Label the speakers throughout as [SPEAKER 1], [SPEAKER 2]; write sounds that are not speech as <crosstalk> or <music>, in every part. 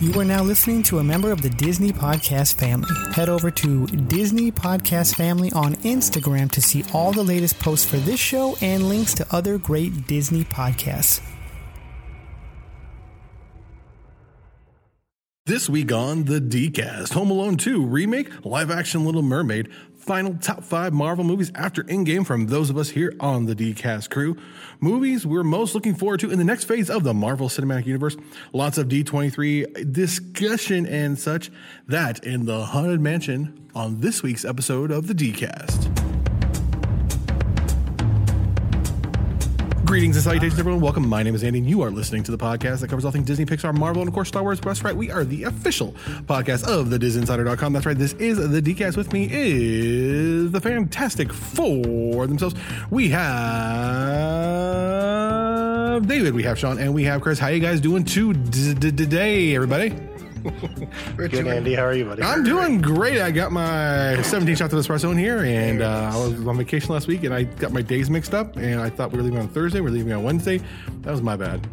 [SPEAKER 1] You are now listening to a member of the Disney Podcast family. Head over to Disney Podcast Family on Instagram to see all the latest posts for this show and links to other great Disney podcasts.
[SPEAKER 2] This week on The Decast, Home Alone 2 remake, live action Little Mermaid, final top five Marvel movies after in game from those of us here on the Decast crew, movies we're most looking forward to in the next phase of the Marvel Cinematic Universe, lots of D23 discussion and such. That in the Haunted Mansion on this week's episode of The Decast. Greetings and salutations, everyone. Welcome. My name is Andy, and you are listening to the podcast that covers all things Disney, Pixar, Marvel, and of course, Star Wars. That's right. We are the official podcast of the DisInsider.com. That's right. This is the DCast. With me is the Fantastic Four themselves. We have David, we have Sean, and we have Chris. How you guys doing today, everybody?
[SPEAKER 3] Good, Andy. How are you, buddy?
[SPEAKER 2] I'm doing great. I got my 17 shots of espresso in here, and uh, I was on vacation last week, and I got my days mixed up, and I thought we were leaving on Thursday, we are leaving on Wednesday. That was my bad.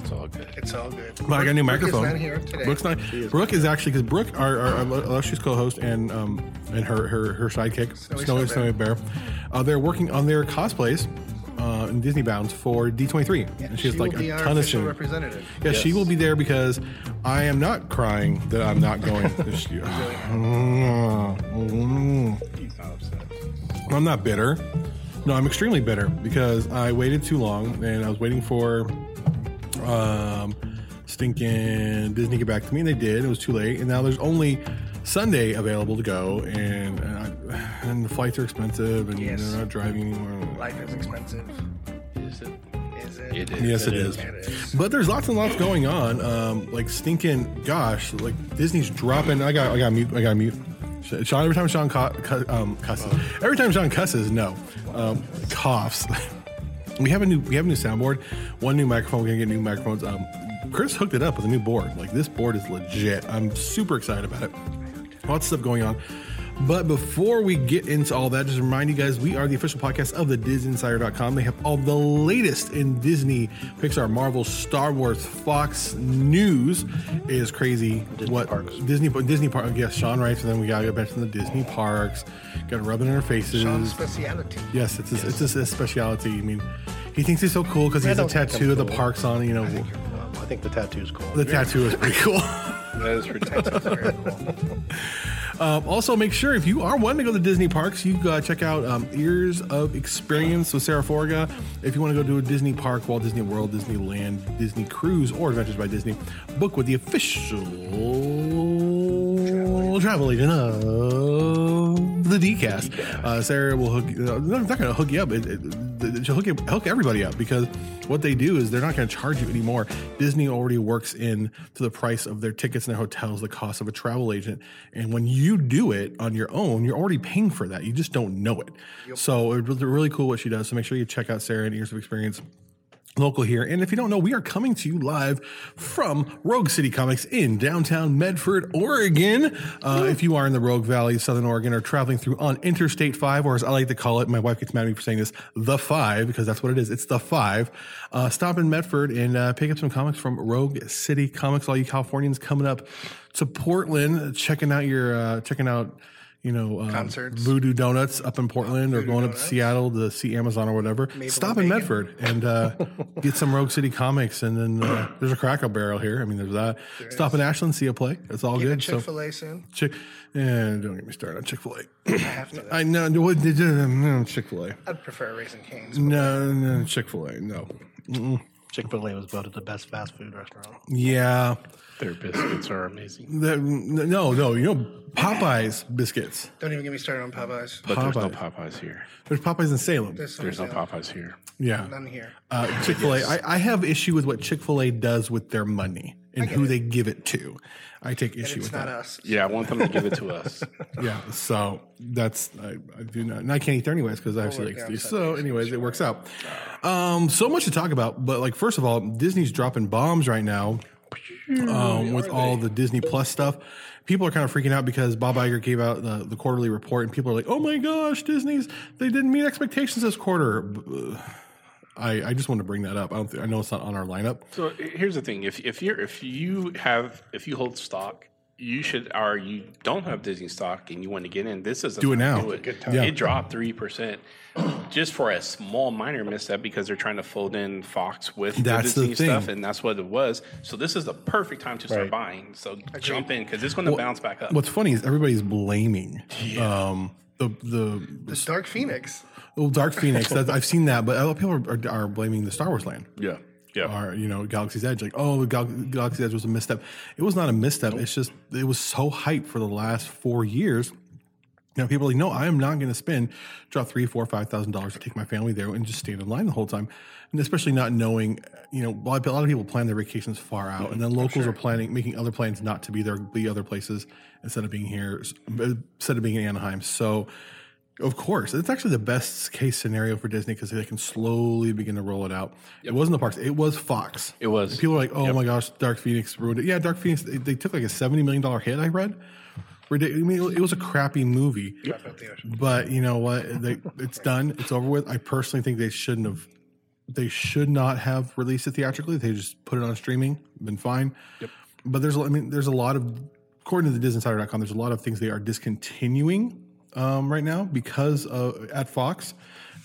[SPEAKER 3] It's all good.
[SPEAKER 4] It's all good.
[SPEAKER 2] But I got a new microphone.
[SPEAKER 4] Brooke is not here today.
[SPEAKER 2] Brooke's not. Brooke is actually because Brooke, our, our, our illustrious co-host, and um, and her her, her sidekick, Snowy
[SPEAKER 4] Snowy
[SPEAKER 2] Snowy,
[SPEAKER 4] Snow
[SPEAKER 2] Bear, uh, they're working on their cosplays uh, in Disney Bounds for D23, and she has
[SPEAKER 4] She
[SPEAKER 2] like
[SPEAKER 4] will be
[SPEAKER 2] a
[SPEAKER 4] our
[SPEAKER 2] ton of
[SPEAKER 4] official
[SPEAKER 2] shit.
[SPEAKER 4] representative.
[SPEAKER 2] Yeah, she will be there because I am not crying that I'm not going this year. <sighs>
[SPEAKER 4] Oh,
[SPEAKER 2] I'm not bitter. No, I'm extremely bitter because I waited too long and I was waiting for um, stinking Disney to get back to me, and they did. It was too late, and now there's only Sunday available to go, and and, I, and the flights are expensive, and
[SPEAKER 4] Yes.
[SPEAKER 2] they're not driving anymore.
[SPEAKER 4] Life is expensive. Is it?
[SPEAKER 3] It is.
[SPEAKER 2] Yes, it is.
[SPEAKER 4] It is.
[SPEAKER 2] But there's lots and lots going on. Um, like stinking, gosh, like Disney's dropping. I got, I got mute. I got mute. Sh- Sean, every time Sean cu- cu- um, cusses, every time Sean cusses, no, um, coughs. <laughs> we have a new, we have a new soundboard, one new microphone. We're gonna get new microphones. Um, Chris hooked it up with a new board. Like this board is legit. I'm super excited about it lots of stuff going on. But before we get into all that, just remind you guys we are the official podcast of the DisInsider.com. They have all the latest in Disney, Pixar, Marvel, Star Wars, Fox news. It is crazy. what
[SPEAKER 3] parks.
[SPEAKER 2] Disney Disney park? Yes, Sean writes, and then we got to get back to the Disney parks. Got to rub it in our faces.
[SPEAKER 4] Sean's speciality.
[SPEAKER 2] Yes, it's his, it's his, his specialty. I mean, he thinks he's so cool because he
[SPEAKER 3] I
[SPEAKER 2] has a
[SPEAKER 3] don't think I'm
[SPEAKER 2] tattoo of the
[SPEAKER 3] cool.
[SPEAKER 2] parks on. You know,
[SPEAKER 3] Um, I think the tattoo's cool.
[SPEAKER 2] the tattoo is pretty
[SPEAKER 3] <laughs>
[SPEAKER 2] cool.
[SPEAKER 5] That is ridiculous.
[SPEAKER 2] Um, also, make sure if you are wanting to go to Disney parks, you uh, check out um, Ears of Experience with Sarah Forga. If you want to go to a Disney park, Walt Disney World, Disneyland, Disney Cruise, or Adventures by Disney, book with the official travel, agent of the DCast. Uh, Sarah will hook. Uh, no, not going to hook you up. It- it- th- she'll hook, you, hook everybody up because what they do is they're not going to charge you anymore. Disney already works in to the price of their tickets and their hotels, the cost of a travel agent. And when you do it on your own, you're already paying for that. You just don't know it. So it's really cool what she does. So make sure you check out Sarah and Years of Experience local here. And if you don't know, we are coming to you live from Rogue City Comics in downtown Medford, Oregon. Uh,
[SPEAKER 4] Hmm.
[SPEAKER 2] if you are in the Rogue Valley, Southern Oregon, or traveling through on Interstate 5, or as I like to call it, my wife gets mad at me for saying this, the 5, because that's what it is. It's the 5. Uh, stop in Medford and uh, pick up some comics from Rogue City Comics. All you Californians coming up to Portland, checking out your, uh, checking out, you know, uh,
[SPEAKER 4] Concerts.
[SPEAKER 2] Voodoo Donuts up in Portland, or going up to
[SPEAKER 4] Donuts.
[SPEAKER 2] Seattle to see Amazon or whatever. Stop in
[SPEAKER 4] bacon.
[SPEAKER 2] Medford. Bedford and
[SPEAKER 4] <laughs>
[SPEAKER 2] uh, get some Rogue City comics. And then uh, there's a Crackle Barrel here. I mean, there's that. Stop in Ashland, see a play. It's all
[SPEAKER 4] Even
[SPEAKER 2] good.
[SPEAKER 4] Chick
[SPEAKER 2] So,
[SPEAKER 4] Fil A soon.
[SPEAKER 2] Chick, yeah, don't get me started on Chick Fil A.
[SPEAKER 4] I have to.
[SPEAKER 2] <clears throat> I know what they did. um, No, Chick Fil A.
[SPEAKER 4] I'd prefer Raising
[SPEAKER 2] Mm.
[SPEAKER 4] Cane's.
[SPEAKER 2] No, no, Chick Fil A. No.
[SPEAKER 3] Chick Fil A was voted the best fast food restaurant.
[SPEAKER 2] Yeah,
[SPEAKER 5] Their biscuits are amazing.
[SPEAKER 2] That- no, no. You know Popeyes biscuits.
[SPEAKER 4] Don't even get me started on Popeyes.
[SPEAKER 5] But there's no
[SPEAKER 2] Popeyes.
[SPEAKER 5] Popeyes here.
[SPEAKER 2] There's Popeyes in Salem.
[SPEAKER 4] There's,
[SPEAKER 5] There's no
[SPEAKER 4] Popeyes.
[SPEAKER 5] Popeyes here.
[SPEAKER 2] Yeah.
[SPEAKER 4] None here.
[SPEAKER 2] Uh, Chick Fil A. I, I have issue with what Chick Fil A does with their money and who they give it to. I take issue
[SPEAKER 4] It's
[SPEAKER 2] with
[SPEAKER 4] not
[SPEAKER 2] that.
[SPEAKER 4] us.
[SPEAKER 5] Yeah, I want them to give it to
[SPEAKER 2] <laughs>
[SPEAKER 5] us.
[SPEAKER 2] yeah so that's I, I do not and i can't eat there anyways because i actually like
[SPEAKER 4] work
[SPEAKER 2] these
[SPEAKER 4] outside
[SPEAKER 2] so anyways it works out um so much to talk about but like first of all disney's dropping bombs right now um, with all the disney plus stuff people are kind of freaking out because bob Iger gave out the, the quarterly report and people are like oh my gosh disney's they didn't meet expectations this quarter I, I just wanted to bring that up. I don't. Think, I know it's not on our lineup.
[SPEAKER 5] So uh, here's the thing: if if you're if you have if you hold stock, you should or you don't have Disney stock and you want to get in, this is a
[SPEAKER 2] Do it now.
[SPEAKER 5] Do
[SPEAKER 4] Good
[SPEAKER 5] it.
[SPEAKER 4] time.
[SPEAKER 2] Yeah.
[SPEAKER 5] It dropped three percent just for a small minor misstep because they're trying to fold in Fox with the
[SPEAKER 2] That's the
[SPEAKER 5] Disney stuff,
[SPEAKER 2] thing.
[SPEAKER 5] and that's what it was. So this is the perfect time to start
[SPEAKER 6] Right.
[SPEAKER 5] buying. So jump in because it's going to bounce back up.
[SPEAKER 2] What's funny is everybody's blaming um, the the
[SPEAKER 4] The Dark Phoenix.
[SPEAKER 2] oh, Dark Phoenix. that, I've seen that, but a lot of people are, are, are blaming the Star Wars land.
[SPEAKER 5] yeah, yeah.
[SPEAKER 2] Or you know, Galaxy's Edge, like oh, Gal- Galaxy's Edge was a misstep. It was not a misstep. It's just it was so hyped for the last four years. You know, people are like, no, I am not going to spend drop three, four, five thousand dollars to take my family there and just stand in line the whole time, and especially not knowing, you know, a lot a lot of people plan their vacations far
[SPEAKER 5] Mm-hmm,
[SPEAKER 2] out, and then locals are planning making other plans not to be there, be other places instead of being here, uh, instead of being in Anaheim. So, of course, it's actually the best case scenario for Disney because they can slowly begin to roll it out. It wasn't the parks; it was Fox.
[SPEAKER 5] It was.
[SPEAKER 2] And people are like, "Oh my gosh, Dark Phoenix ruined it." Yeah, Dark Phoenix. They, they took like a seventy million dollar hit. I read. Ridic- I mean, it was a crappy movie,
[SPEAKER 4] Drop out the ocean.
[SPEAKER 2] but you know what? They, it's done. It's over with. I personally think they shouldn't have. They should not have released it theatrically. They just put it on streaming. Been fine. But there's, a- I mean, there's a lot of, according to the DisneySider.com, there's a lot of things they are discontinuing um, right now because of, at Fox,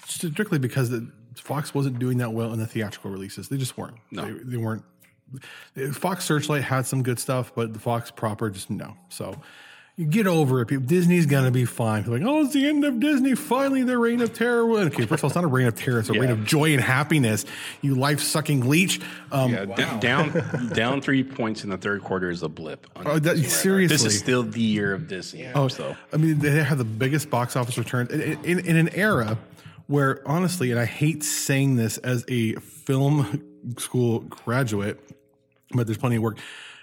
[SPEAKER 2] strictly because the, Fox wasn't doing that well in the theatrical releases. They just weren't.
[SPEAKER 5] No.
[SPEAKER 2] They, they weren't Fox Searchlight had some good stuff, but the Fox proper just no. So you get over it. People, Disney's gonna be fine. People are like, oh, it's the end of Disney. Finally, the reign of terror. Well, Okay, first of all, it's not a reign of terror. It's a reign of joy and happiness. You life sucking leech. Um,
[SPEAKER 5] Yeah, Uh, d- <laughs> down down three points in the third quarter is a blip. on
[SPEAKER 2] Oh, that-
[SPEAKER 5] Disney radar. this
[SPEAKER 2] seriously.
[SPEAKER 5] is still the year of Disney.
[SPEAKER 2] Oh,
[SPEAKER 5] so
[SPEAKER 2] I mean, they have the biggest box office return in, in, in an era where, honestly, and I hate saying this as a film school graduate, but there's plenty of work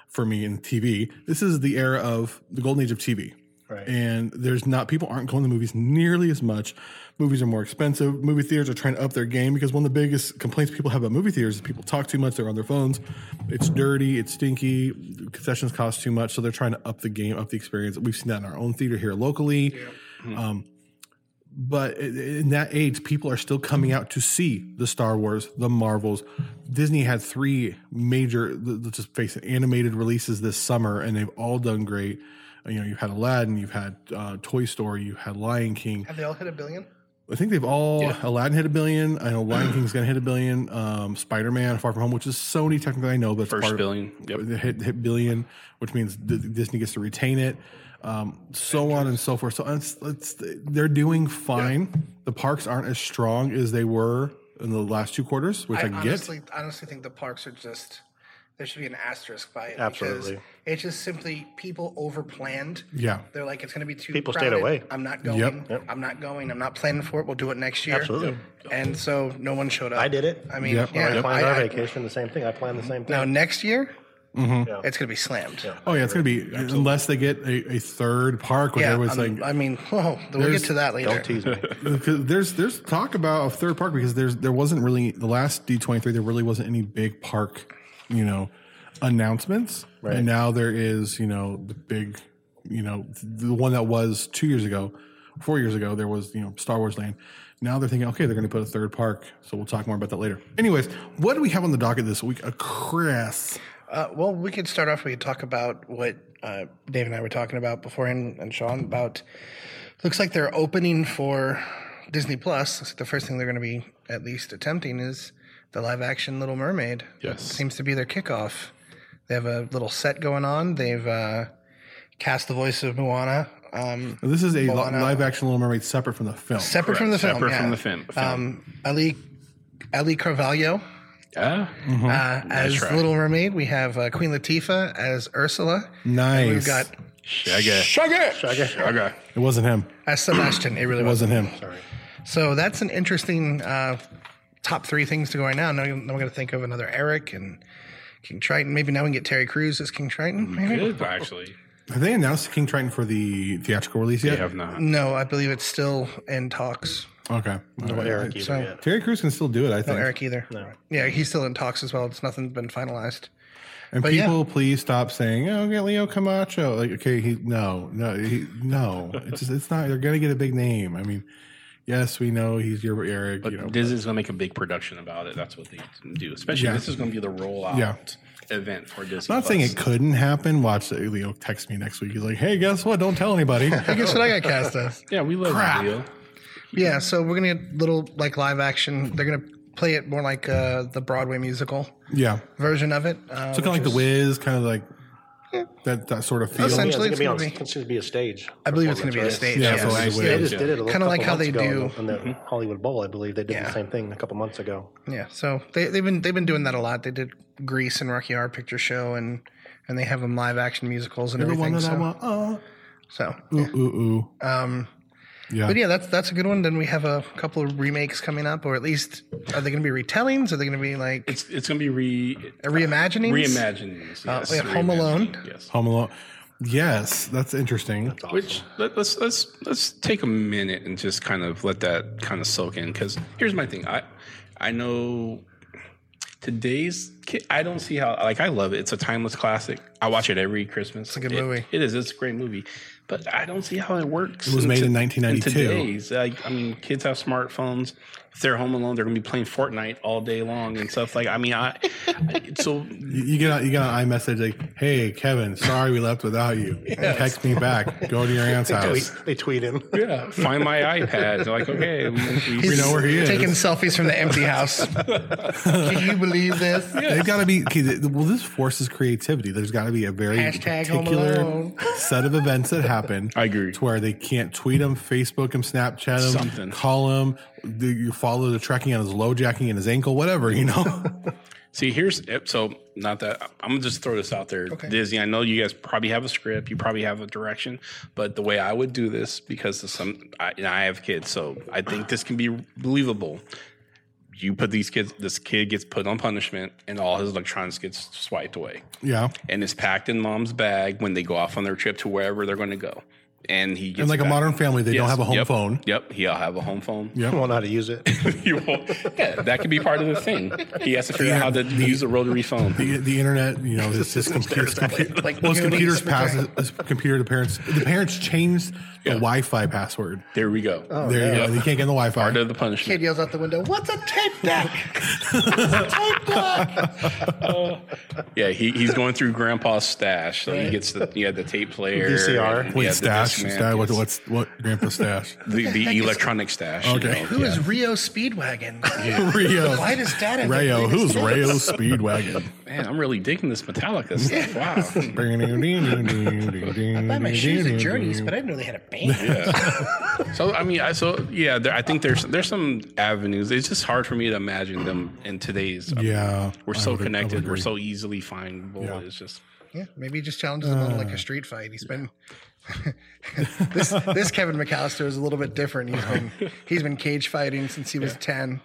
[SPEAKER 2] for me in TV. This is the era of the golden age of TV.
[SPEAKER 4] Right.
[SPEAKER 2] And there's not people aren't going to movies nearly as much. Movies are more expensive. Movie theaters are trying to up their game because one of the biggest complaints people have about movie theaters is people talk too much. They're on their phones. It's dirty. It's stinky. Concessions cost too much, so they're trying to up the game, up the experience. We've seen that in our own theater here locally. Um, but i- in that age, people are still coming out to see the Star Wars, the Marvels. Disney had three major, let's just face it, animated releases this summer, and they've all done great. You know, you've had Aladdin, you've had uh, Toy Story, you had Lion King.
[SPEAKER 4] Have they all hit a billion?
[SPEAKER 2] I think they've all
[SPEAKER 5] Yeah.
[SPEAKER 2] Aladdin hit a billion. I know Lion King's going to hit a billion. Um, Spider Man, Far From Home, which is Sony technically, I know, but it's
[SPEAKER 5] first
[SPEAKER 2] part of-
[SPEAKER 5] billion. Yep.
[SPEAKER 2] it hit, hit billion, which means D- Disney gets to retain it, um, so on and so forth. So it's, it's, they're doing fine. The parks aren't as strong as they were in the last two quarters, which I,
[SPEAKER 4] I
[SPEAKER 2] get.
[SPEAKER 4] honestly, honestly think the parks are just there should be an asterisk by it
[SPEAKER 3] Absolutely.
[SPEAKER 4] because it's just simply people overplanned.
[SPEAKER 2] yeah,
[SPEAKER 4] They're like, it's going to be too.
[SPEAKER 3] People stayed
[SPEAKER 4] crowded.
[SPEAKER 3] away.
[SPEAKER 4] I'm not going.
[SPEAKER 2] Yep.
[SPEAKER 4] I'm not going. I'm not planning for it. We'll do it next year.
[SPEAKER 3] Absolutely.
[SPEAKER 4] And so no one showed up.
[SPEAKER 3] I did it.
[SPEAKER 4] I mean,
[SPEAKER 2] Yep.
[SPEAKER 4] yeah.
[SPEAKER 3] I planned
[SPEAKER 4] I-
[SPEAKER 3] our
[SPEAKER 4] I-
[SPEAKER 3] vacation the same thing. I planned the same
[SPEAKER 4] <laughs> now
[SPEAKER 3] thing.
[SPEAKER 4] next year,
[SPEAKER 2] Mm-hmm.
[SPEAKER 3] Yeah.
[SPEAKER 4] it's going to be slammed.
[SPEAKER 2] oh yeah, it's gonna be unless they get a, a third park, which
[SPEAKER 4] Yeah,
[SPEAKER 2] everyone's
[SPEAKER 4] I'm-
[SPEAKER 2] like,
[SPEAKER 4] I mean, <laughs> whoa, we'll
[SPEAKER 2] There's-
[SPEAKER 4] get to that later.
[SPEAKER 3] Don't tease me.
[SPEAKER 2] Because there's there's talk about a third park because there's there wasn't really the last D twenty three there really wasn't any big park you know announcements
[SPEAKER 3] Right.
[SPEAKER 2] and now there is you know the big you know the one that was two years ago four years ago there was you know Star Wars Land now they're thinking okay they're going to put a third park so we'll talk more about that later anyways what do we have on the docket this week a Chris
[SPEAKER 4] Uh, well, we could start off. We could talk about what uh, Dave and I were talking about beforehand, and Sean about. Looks like they're opening for Disney Plus. Looks like the first thing they're going to be at least attempting is the live action Little Mermaid.
[SPEAKER 5] Yes.
[SPEAKER 4] seems to be their kickoff. They have a little set going on. They've uh, cast the voice of Moana. Um,
[SPEAKER 2] Now, this is a
[SPEAKER 4] Moana.
[SPEAKER 2] live action Little Mermaid separate from the film
[SPEAKER 4] Separate from the
[SPEAKER 5] Correct.
[SPEAKER 4] film,
[SPEAKER 5] Separate
[SPEAKER 4] yeah.
[SPEAKER 5] from the film.
[SPEAKER 4] Um, Ali, Ali Carvalho
[SPEAKER 5] Yeah.
[SPEAKER 4] uh, as
[SPEAKER 5] right.
[SPEAKER 4] Little Mermaid. We have uh, Queen Latifah as Ursula.
[SPEAKER 2] nice
[SPEAKER 4] We've got
[SPEAKER 5] Shaggy. Shaggy.
[SPEAKER 2] it wasn't him
[SPEAKER 4] as Uh, Sebastian. It really
[SPEAKER 2] it
[SPEAKER 4] wasn't.
[SPEAKER 2] wasn't him
[SPEAKER 4] So that's an interesting uh, top three things to go right now. Now, now we're going to think of another Eric and King Triton. Maybe now we can get Terry Crews as King Triton. Maybe.
[SPEAKER 5] Good, actually.
[SPEAKER 2] Have they announced King Triton for the theatrical release
[SPEAKER 5] They
[SPEAKER 2] yet?
[SPEAKER 5] have not.
[SPEAKER 4] No, I believe it's still in talks.
[SPEAKER 2] Okay. All right.
[SPEAKER 3] Eric either
[SPEAKER 4] So-
[SPEAKER 3] yet.
[SPEAKER 2] Terry Crews can still do it, I
[SPEAKER 4] No
[SPEAKER 2] think.
[SPEAKER 4] Oh, Eric either. Yeah, he's still in talks as well. It's nothing's been finalized.
[SPEAKER 2] and
[SPEAKER 4] but yeah.
[SPEAKER 2] people, please stop saying, "Oh, get Leo Camacho."
[SPEAKER 5] <laughs>
[SPEAKER 2] Like, okay, he no, no, he, no. It's just, it's not. They're gonna get a big name. I mean, yes, we know he's Gilbert Eric.
[SPEAKER 5] But
[SPEAKER 2] you know,
[SPEAKER 5] Disney's going to make a big production about it. That's what they do. Especially
[SPEAKER 2] Yeah.
[SPEAKER 5] this is going to be the rollout
[SPEAKER 2] Yeah.
[SPEAKER 5] event for Disney.
[SPEAKER 2] I'm not saying
[SPEAKER 5] Plus.
[SPEAKER 2] it couldn't happen. Watch it. Leo text me next week. He's like, "Hey, guess what? Don't tell anybody."
[SPEAKER 4] <laughs> I guess what I got cast as.
[SPEAKER 5] Yeah, we love
[SPEAKER 2] Crap.
[SPEAKER 5] Leo.
[SPEAKER 4] Yeah, so we're gonna get little like live action. They're gonna play it more like uh, the Broadway musical
[SPEAKER 2] yeah,
[SPEAKER 4] version of it. Uh,
[SPEAKER 2] so kind of like the Wiz, kind of like that that sort of feel.
[SPEAKER 4] Essentially.
[SPEAKER 3] Yeah, it's
[SPEAKER 4] it's
[SPEAKER 3] gonna be
[SPEAKER 4] gonna
[SPEAKER 3] on.
[SPEAKER 4] be-
[SPEAKER 3] It's gonna be a stage.
[SPEAKER 4] I believe it's gonna be a
[SPEAKER 3] performance, right?
[SPEAKER 4] stage.
[SPEAKER 2] Yeah,
[SPEAKER 4] yes.
[SPEAKER 2] so like
[SPEAKER 3] They
[SPEAKER 2] Wiz.
[SPEAKER 3] just did it a
[SPEAKER 4] Kinda
[SPEAKER 3] couple
[SPEAKER 4] like how
[SPEAKER 3] months
[SPEAKER 4] they
[SPEAKER 3] ago
[SPEAKER 4] do-
[SPEAKER 3] in the Hollywood Bowl. I believe they did
[SPEAKER 4] Yeah.
[SPEAKER 3] the same thing a couple months ago.
[SPEAKER 4] <laughs> Yeah, so they, they've been they've been doing that a lot. They did Grease and Rocky Horror Picture Show, and and they have them live action musicals and
[SPEAKER 2] You're the one
[SPEAKER 4] everything.
[SPEAKER 2] that I
[SPEAKER 4] So,
[SPEAKER 2] want. Oh,
[SPEAKER 4] so
[SPEAKER 2] ooh, ooh, ooh.
[SPEAKER 4] um,
[SPEAKER 2] Yeah.
[SPEAKER 4] but yeah, that's that's a good one. Then we have a couple of remakes coming up, or at least are they going to be retellings? Are they going to be like
[SPEAKER 5] It's it's going to be re
[SPEAKER 4] reimaginings?
[SPEAKER 5] reimaginings.
[SPEAKER 4] Uh,
[SPEAKER 5] yes,
[SPEAKER 4] yeah, Home
[SPEAKER 5] reimagining,
[SPEAKER 4] Alone.
[SPEAKER 5] Yes.
[SPEAKER 2] Home Alone. Yes, that's interesting.
[SPEAKER 5] Which let, let's let's let's take a minute and just kind of let that kind of soak in. Because here's my thing. I I know today's kid. I don't see how like I love it. It's a timeless classic. I watch it every Christmas. It's
[SPEAKER 4] a good movie.
[SPEAKER 5] It is. It's a great movie. But I don't see how it works.
[SPEAKER 2] It was made in
[SPEAKER 5] to-
[SPEAKER 2] 1992.
[SPEAKER 5] Today's, like, I mean, kids have smartphones. If they're home alone, they're gonna be playing Fortnite all day long and stuff. Like, I mean, I so
[SPEAKER 2] You, you get on, you get on iMessage like, "Hey, Kevin, sorry we left without
[SPEAKER 4] <laughs>
[SPEAKER 2] you." Text me back. Go to your aunt's house.
[SPEAKER 3] They tweet him.
[SPEAKER 5] yeah, find my iPad. Like, okay, we- we-
[SPEAKER 2] We know where he is.
[SPEAKER 4] Taking selfies from the <laughs> empty house. Can you believe this?
[SPEAKER 2] They've got to be okay, th- well. This forces creativity. There's got to be a very
[SPEAKER 4] Hashtag Home
[SPEAKER 2] particular
[SPEAKER 4] Alone. <laughs>
[SPEAKER 2] set of events that happen.
[SPEAKER 5] I agree.
[SPEAKER 2] To where they can't tweet him, Facebook him, Snapchat him,
[SPEAKER 5] Something.
[SPEAKER 2] call him. do You follow the tracking on his low jacking and his ankle, whatever you know. <laughs>
[SPEAKER 5] See, here's eh, so not that I'm gonna just throw this out there, Disney. I know you guys probably have a script, you probably have a direction, but the way I would do this because of some, I, and I have kids, so I think this can be believable. You put these kids, this kid gets put on punishment, and all his electronics gets swiped away,
[SPEAKER 2] yeah,
[SPEAKER 5] and it's packed in mom's bag when they go off on their trip to wherever they're going to go, and he gets
[SPEAKER 2] and like a
[SPEAKER 5] back-
[SPEAKER 2] modern family, they don't
[SPEAKER 5] Yes,
[SPEAKER 2] have a home
[SPEAKER 5] yep,
[SPEAKER 2] phone.
[SPEAKER 5] Yep, he'll have a home phone. <laughs>
[SPEAKER 2] Yep.
[SPEAKER 3] I <laughs> don't know how to use it.
[SPEAKER 5] You won't- yeah, that could be part of the thing. He has to figure out how to use a rotary phone.
[SPEAKER 2] The, the internet, you know,
[SPEAKER 4] <laughs>
[SPEAKER 2] it's just computers. computer,
[SPEAKER 4] like
[SPEAKER 2] well, his
[SPEAKER 4] community
[SPEAKER 2] computers
[SPEAKER 4] super
[SPEAKER 2] passes his computer to parents. The parents changed the Wi-Fi password.
[SPEAKER 5] There we go.
[SPEAKER 4] Oh.
[SPEAKER 2] there you go. You can't get in the Wi-Fi.
[SPEAKER 5] Part of the
[SPEAKER 4] Kid
[SPEAKER 5] punishment.
[SPEAKER 4] yells out the window, "What's a tape deck?"
[SPEAKER 5] Yeah, he, he's going through Grandpa's stash. So he gets the yeah the tape player,
[SPEAKER 3] VCR.
[SPEAKER 5] and,
[SPEAKER 2] Wait,
[SPEAKER 5] yeah, the
[SPEAKER 2] stash,
[SPEAKER 5] Discman.
[SPEAKER 2] stash. What, what's what? Grandpa
[SPEAKER 4] <laughs>
[SPEAKER 2] stash.
[SPEAKER 5] the, the electronic stash? you
[SPEAKER 2] Okay.
[SPEAKER 5] know,
[SPEAKER 4] Who is Rio Speedwagon?
[SPEAKER 2] Rio.
[SPEAKER 4] Why does Dad have
[SPEAKER 2] Rayo?
[SPEAKER 4] everything
[SPEAKER 2] Who's Rayo Speedwagon?
[SPEAKER 5] Man, I'm really digging this Metallica stuff. Wow.
[SPEAKER 4] <laughs> I buy my shoes at Journeys, but I didn't know they had a band.
[SPEAKER 5] So I mean, I, so yeah, there, I think there's there's some avenues. It's just hard for me to imagine them in today's. um,
[SPEAKER 2] Yeah,
[SPEAKER 5] we're
[SPEAKER 2] I would-
[SPEAKER 5] so
[SPEAKER 2] I would
[SPEAKER 5] connected. We're
[SPEAKER 2] agree.
[SPEAKER 5] so easily findable.
[SPEAKER 2] Yeah.
[SPEAKER 5] It's just
[SPEAKER 4] Yeah, maybe he just challenges him on like a street fight. He's been <laughs> this this Kevin McAllister is a little bit different. He's been he's been cage fighting since he was ten.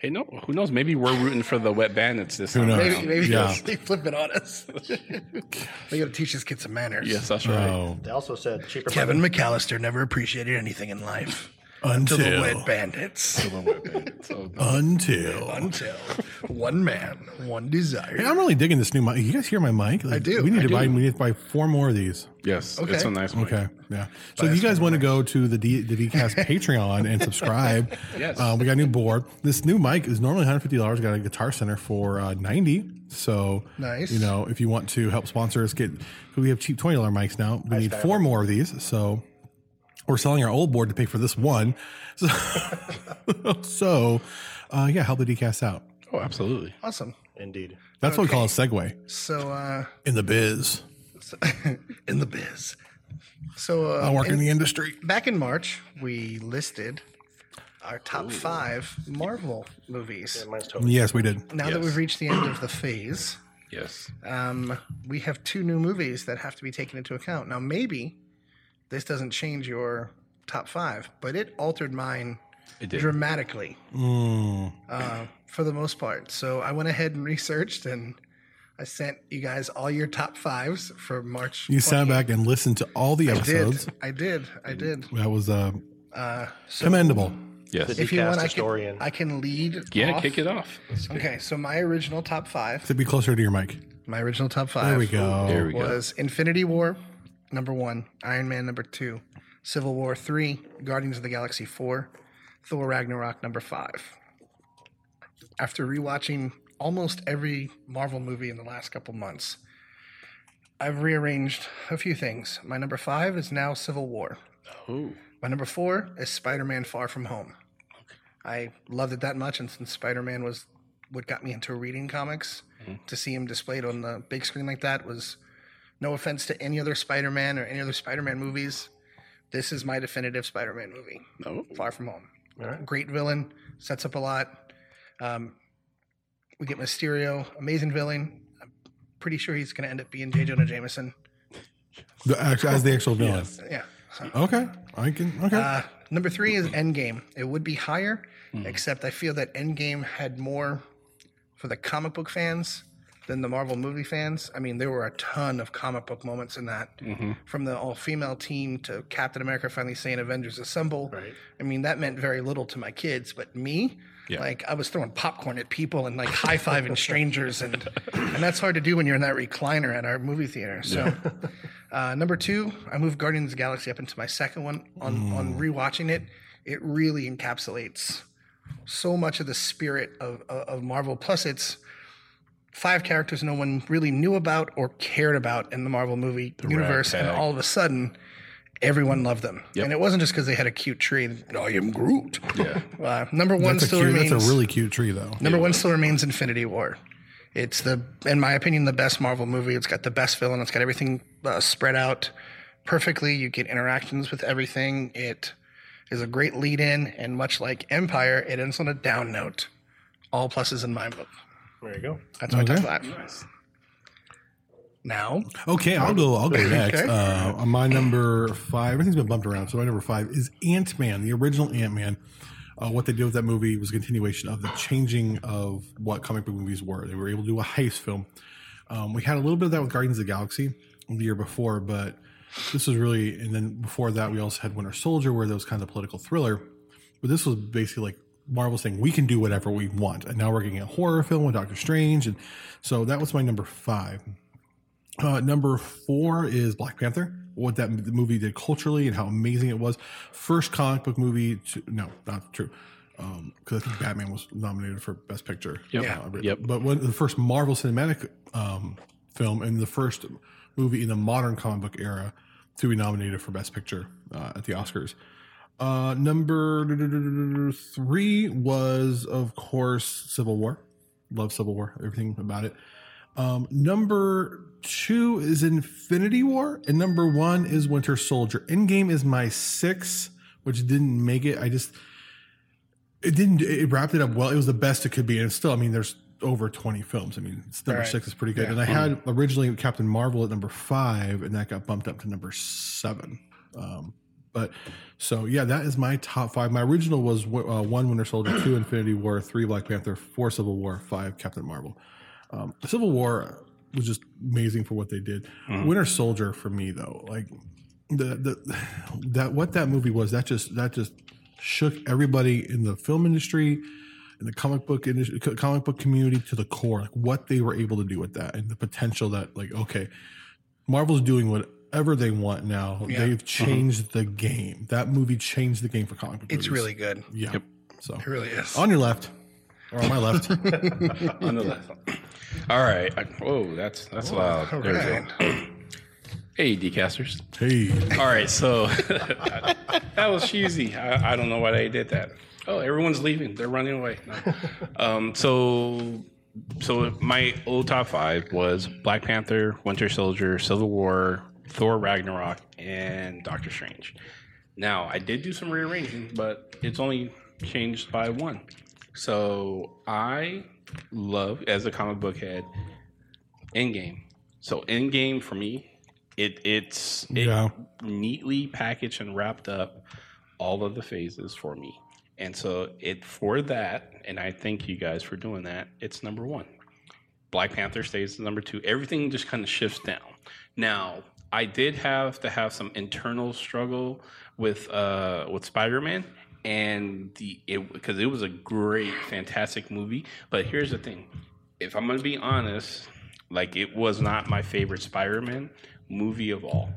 [SPEAKER 5] hey, no, who knows? Maybe we're rooting for the Wet Bandits this time.
[SPEAKER 2] knows?
[SPEAKER 4] Maybe maybe
[SPEAKER 2] Yeah.
[SPEAKER 4] he'll <laughs> flip it on us. we gotta teach this kid some manners.
[SPEAKER 5] Yes, that's right.
[SPEAKER 2] Oh,
[SPEAKER 3] <laughs> They also said cheaper.
[SPEAKER 4] Kevin McAllister never appreciated anything in life until the
[SPEAKER 2] until
[SPEAKER 4] wet bandits.
[SPEAKER 5] So,
[SPEAKER 2] until.
[SPEAKER 4] Until one man, one
[SPEAKER 2] Hey,
[SPEAKER 4] desire.
[SPEAKER 2] I'm really digging this new mic. You guys hear my mic? Like,
[SPEAKER 4] do,
[SPEAKER 2] We need
[SPEAKER 4] I
[SPEAKER 2] to buy. We need to buy four more of these.
[SPEAKER 5] yes,
[SPEAKER 4] Okay.
[SPEAKER 5] it's a nice one.
[SPEAKER 2] Okay. Yeah. So if you guys want to go to the D, the
[SPEAKER 4] <laughs>
[SPEAKER 2] Dcast Patreon and subscribe,
[SPEAKER 5] Yes.
[SPEAKER 2] uh, we got a new board. This new mic is normally $150. Got a Guitar Center for uh, 90 So
[SPEAKER 4] Nice.
[SPEAKER 2] You know, if you want to help sponsor us, get 'cause we have cheap $20 mics now. We need four more of these. So we're selling our old board to pay for this one. <laughs> So, so uh, yeah, help the Dcast out.
[SPEAKER 5] Oh, absolutely.
[SPEAKER 4] Awesome.
[SPEAKER 3] Indeed.
[SPEAKER 2] That's what we call a segue
[SPEAKER 4] So uh <laughs>
[SPEAKER 2] in the biz.
[SPEAKER 4] in the biz. So uh
[SPEAKER 2] I work in, the industry.
[SPEAKER 4] back in March, we listed our top five Marvel movies.
[SPEAKER 3] Mine's totally.
[SPEAKER 2] Yes, we did.
[SPEAKER 4] Now that
[SPEAKER 5] Yes.
[SPEAKER 4] we've reached the end of the phase,
[SPEAKER 5] Yes.
[SPEAKER 4] um, we have two new movies that have to be taken into account. Now, maybe this doesn't change your top five, but it altered mine
[SPEAKER 5] It did.
[SPEAKER 4] dramatically
[SPEAKER 2] Mm.
[SPEAKER 4] uh, for the most part. So I went ahead and researched and I sent you guys all your top fives for March.
[SPEAKER 2] You sat back and listened to all the episodes.
[SPEAKER 4] did. I did. I did.
[SPEAKER 2] That was uh,
[SPEAKER 4] Uh, so
[SPEAKER 2] commendable.
[SPEAKER 5] Yes.
[SPEAKER 3] The
[SPEAKER 4] if you
[SPEAKER 3] Decast
[SPEAKER 4] want, I
[SPEAKER 3] historian.
[SPEAKER 4] can, I can lead.
[SPEAKER 5] Yeah,
[SPEAKER 4] off.
[SPEAKER 5] kick it off.
[SPEAKER 4] Okay, so my original top five,
[SPEAKER 2] To be closer to your mic.
[SPEAKER 4] my original top five
[SPEAKER 2] There we go.
[SPEAKER 5] There we go.
[SPEAKER 4] was Infinity War, number one, Iron Man, number two, Civil War, three, Guardians of the Galaxy, four, Thor Ragnarok number five. After rewatching almost every Marvel movie in the last couple months, I've rearranged a few things. My number five is now Civil War.
[SPEAKER 5] Ooh.
[SPEAKER 4] My number four is Spider Man Far From Home. I loved it that much, and since Spider Man was what got me into reading comics, to see him displayed on the big screen like that was no offense to any other Spider Man or any other Spider Man movies. This is my definitive Spider Man movie.
[SPEAKER 5] Oh.
[SPEAKER 4] Far From Home. Great villain, sets up a lot. Um, we get Mysterio, amazing villain. I'm pretty sure he's going to end up being J. Jonah Jameson.
[SPEAKER 2] The, act- as the actual villain.
[SPEAKER 4] Yeah. so-
[SPEAKER 2] Okay, I can. Okay,
[SPEAKER 4] Uh, number three is Endgame. It would be higher, except I feel that Endgame had more for the comic book fans than the Marvel movie fans. I mean, there were a ton of comic book moments in that, from the all-female team to Captain America finally saying "Avengers Assemble."
[SPEAKER 5] Right.
[SPEAKER 4] I mean, that meant very little to my kids, but me,
[SPEAKER 2] Yeah.
[SPEAKER 4] like I was throwing popcorn at people and like high-fiving strangers, and and that's hard to do when you're in that recliner at our movie theater. So. Uh, number two, I moved Guardians of the Galaxy up into my second one. On on
[SPEAKER 2] Hmm.
[SPEAKER 4] rewatching it, it really encapsulates so much of the spirit of of, of Marvel. Plus, it's five characters no one really knew about or cared about in the Marvel movie universe, and all of a sudden, everyone loved them. And it wasn't just because they had a cute tree. I am Groot. Yeah. <laughs> Uh, number one
[SPEAKER 2] that's a
[SPEAKER 4] still
[SPEAKER 2] cute.
[SPEAKER 4] remains.
[SPEAKER 2] That's a really cute tree, though.
[SPEAKER 4] Number one still remains Infinity War. It's the, in my opinion, the best Marvel movie. It's got the best villain. It's got everything uh, spread out perfectly. You get interactions with everything. It is a great lead in, and much like Empire, it ends on a down note. All pluses in my book.
[SPEAKER 3] There you go.
[SPEAKER 4] That's my
[SPEAKER 2] Okay.
[SPEAKER 4] top five. Now,
[SPEAKER 2] Okay, I'll go. I'll go next.
[SPEAKER 4] Okay.
[SPEAKER 2] Uh, my number five. Everything's been bumped around, so my number five is Ant Man, the original Ant Man. Uh, what they did with that movie was a continuation of the changing of what comic book movies were. They were able to do a heist film. Um, we had a little bit of that with Guardians of the Galaxy the year before, but this was really. And then before that, we also had Winter Soldier, where there was kind of a political thriller. But this was basically like Marvel saying we can do whatever we want, and now we're getting a horror film with Doctor Strange, and so that was my number five. Uh, number four is Black Panther. What that m- the movie did culturally and how amazing it was. First comic book movie. To, no, not true. Because I think Batman was nominated for Best Picture.
[SPEAKER 5] Yep.
[SPEAKER 2] Uh, but-
[SPEAKER 5] Yep.
[SPEAKER 2] But one, the first Marvel cinematic um, film and the first movie in the modern comic book era to be nominated for Best Picture uh, at the Oscars. Uh, number three was, of course, Civil War. Love Civil War. Everything about it. Um, number two is Infinity War, and number one is Winter Soldier. Endgame is my six, which didn't make it. I just it didn't. It wrapped it up well. It was the best it could be, and it's still. I mean, there's over 20 films. I mean, it's number
[SPEAKER 4] Right.
[SPEAKER 2] six is pretty good. And I had originally Captain Marvel at number five, and that got bumped up to number seven. Um, but so yeah, that is my top five. My original was uh, one Winter Soldier, two Infinity War, three Black Panther, four Civil War, five Captain Marvel. Um, the Civil War was just amazing for what they did.
[SPEAKER 4] Mm-hmm.
[SPEAKER 2] Winter Soldier for me though, like the the that what that movie was that just that just shook everybody in the film industry in the comic book industry, co- comic book community to the core like what they were able to do with that and the potential that like okay marvel's doing whatever they want now
[SPEAKER 4] Yeah. Mm-hmm.
[SPEAKER 2] they've changed the game that movie changed the game for comic book
[SPEAKER 4] it's
[SPEAKER 2] movies.
[SPEAKER 4] really good.
[SPEAKER 2] yeah so
[SPEAKER 4] It really is.
[SPEAKER 2] on your left or on my
[SPEAKER 4] <laughs>
[SPEAKER 2] left
[SPEAKER 5] On the left. All right. I- whoa, that's that's loud. There we go. Hey, decasters.
[SPEAKER 2] hey
[SPEAKER 5] All right, so that was cheesy. I, I don't know why they did that. Oh, everyone's leaving. They're running away. No. Um, so, so my old top five was Black Panther, Winter Soldier, Civil War, Thor Ragnarok, and Doctor Strange. Now, I did do some rearranging, but it's only changed by one. So I love, as a comic book head, Endgame. So Endgame for me, it it's it
[SPEAKER 2] Yeah.
[SPEAKER 5] neatly packaged and wrapped up all of the phases for me. And so it for that, and I thank you guys for doing that. It's number one. Black Panther stays at number two. Everything just kind of shifts down. Now, I did have to have some internal struggle with uh, with Spider Man, and the it because it was a great, fantastic movie. But here's the thing: if I'm gonna be honest, like it was not my favorite Spider Man movie of all,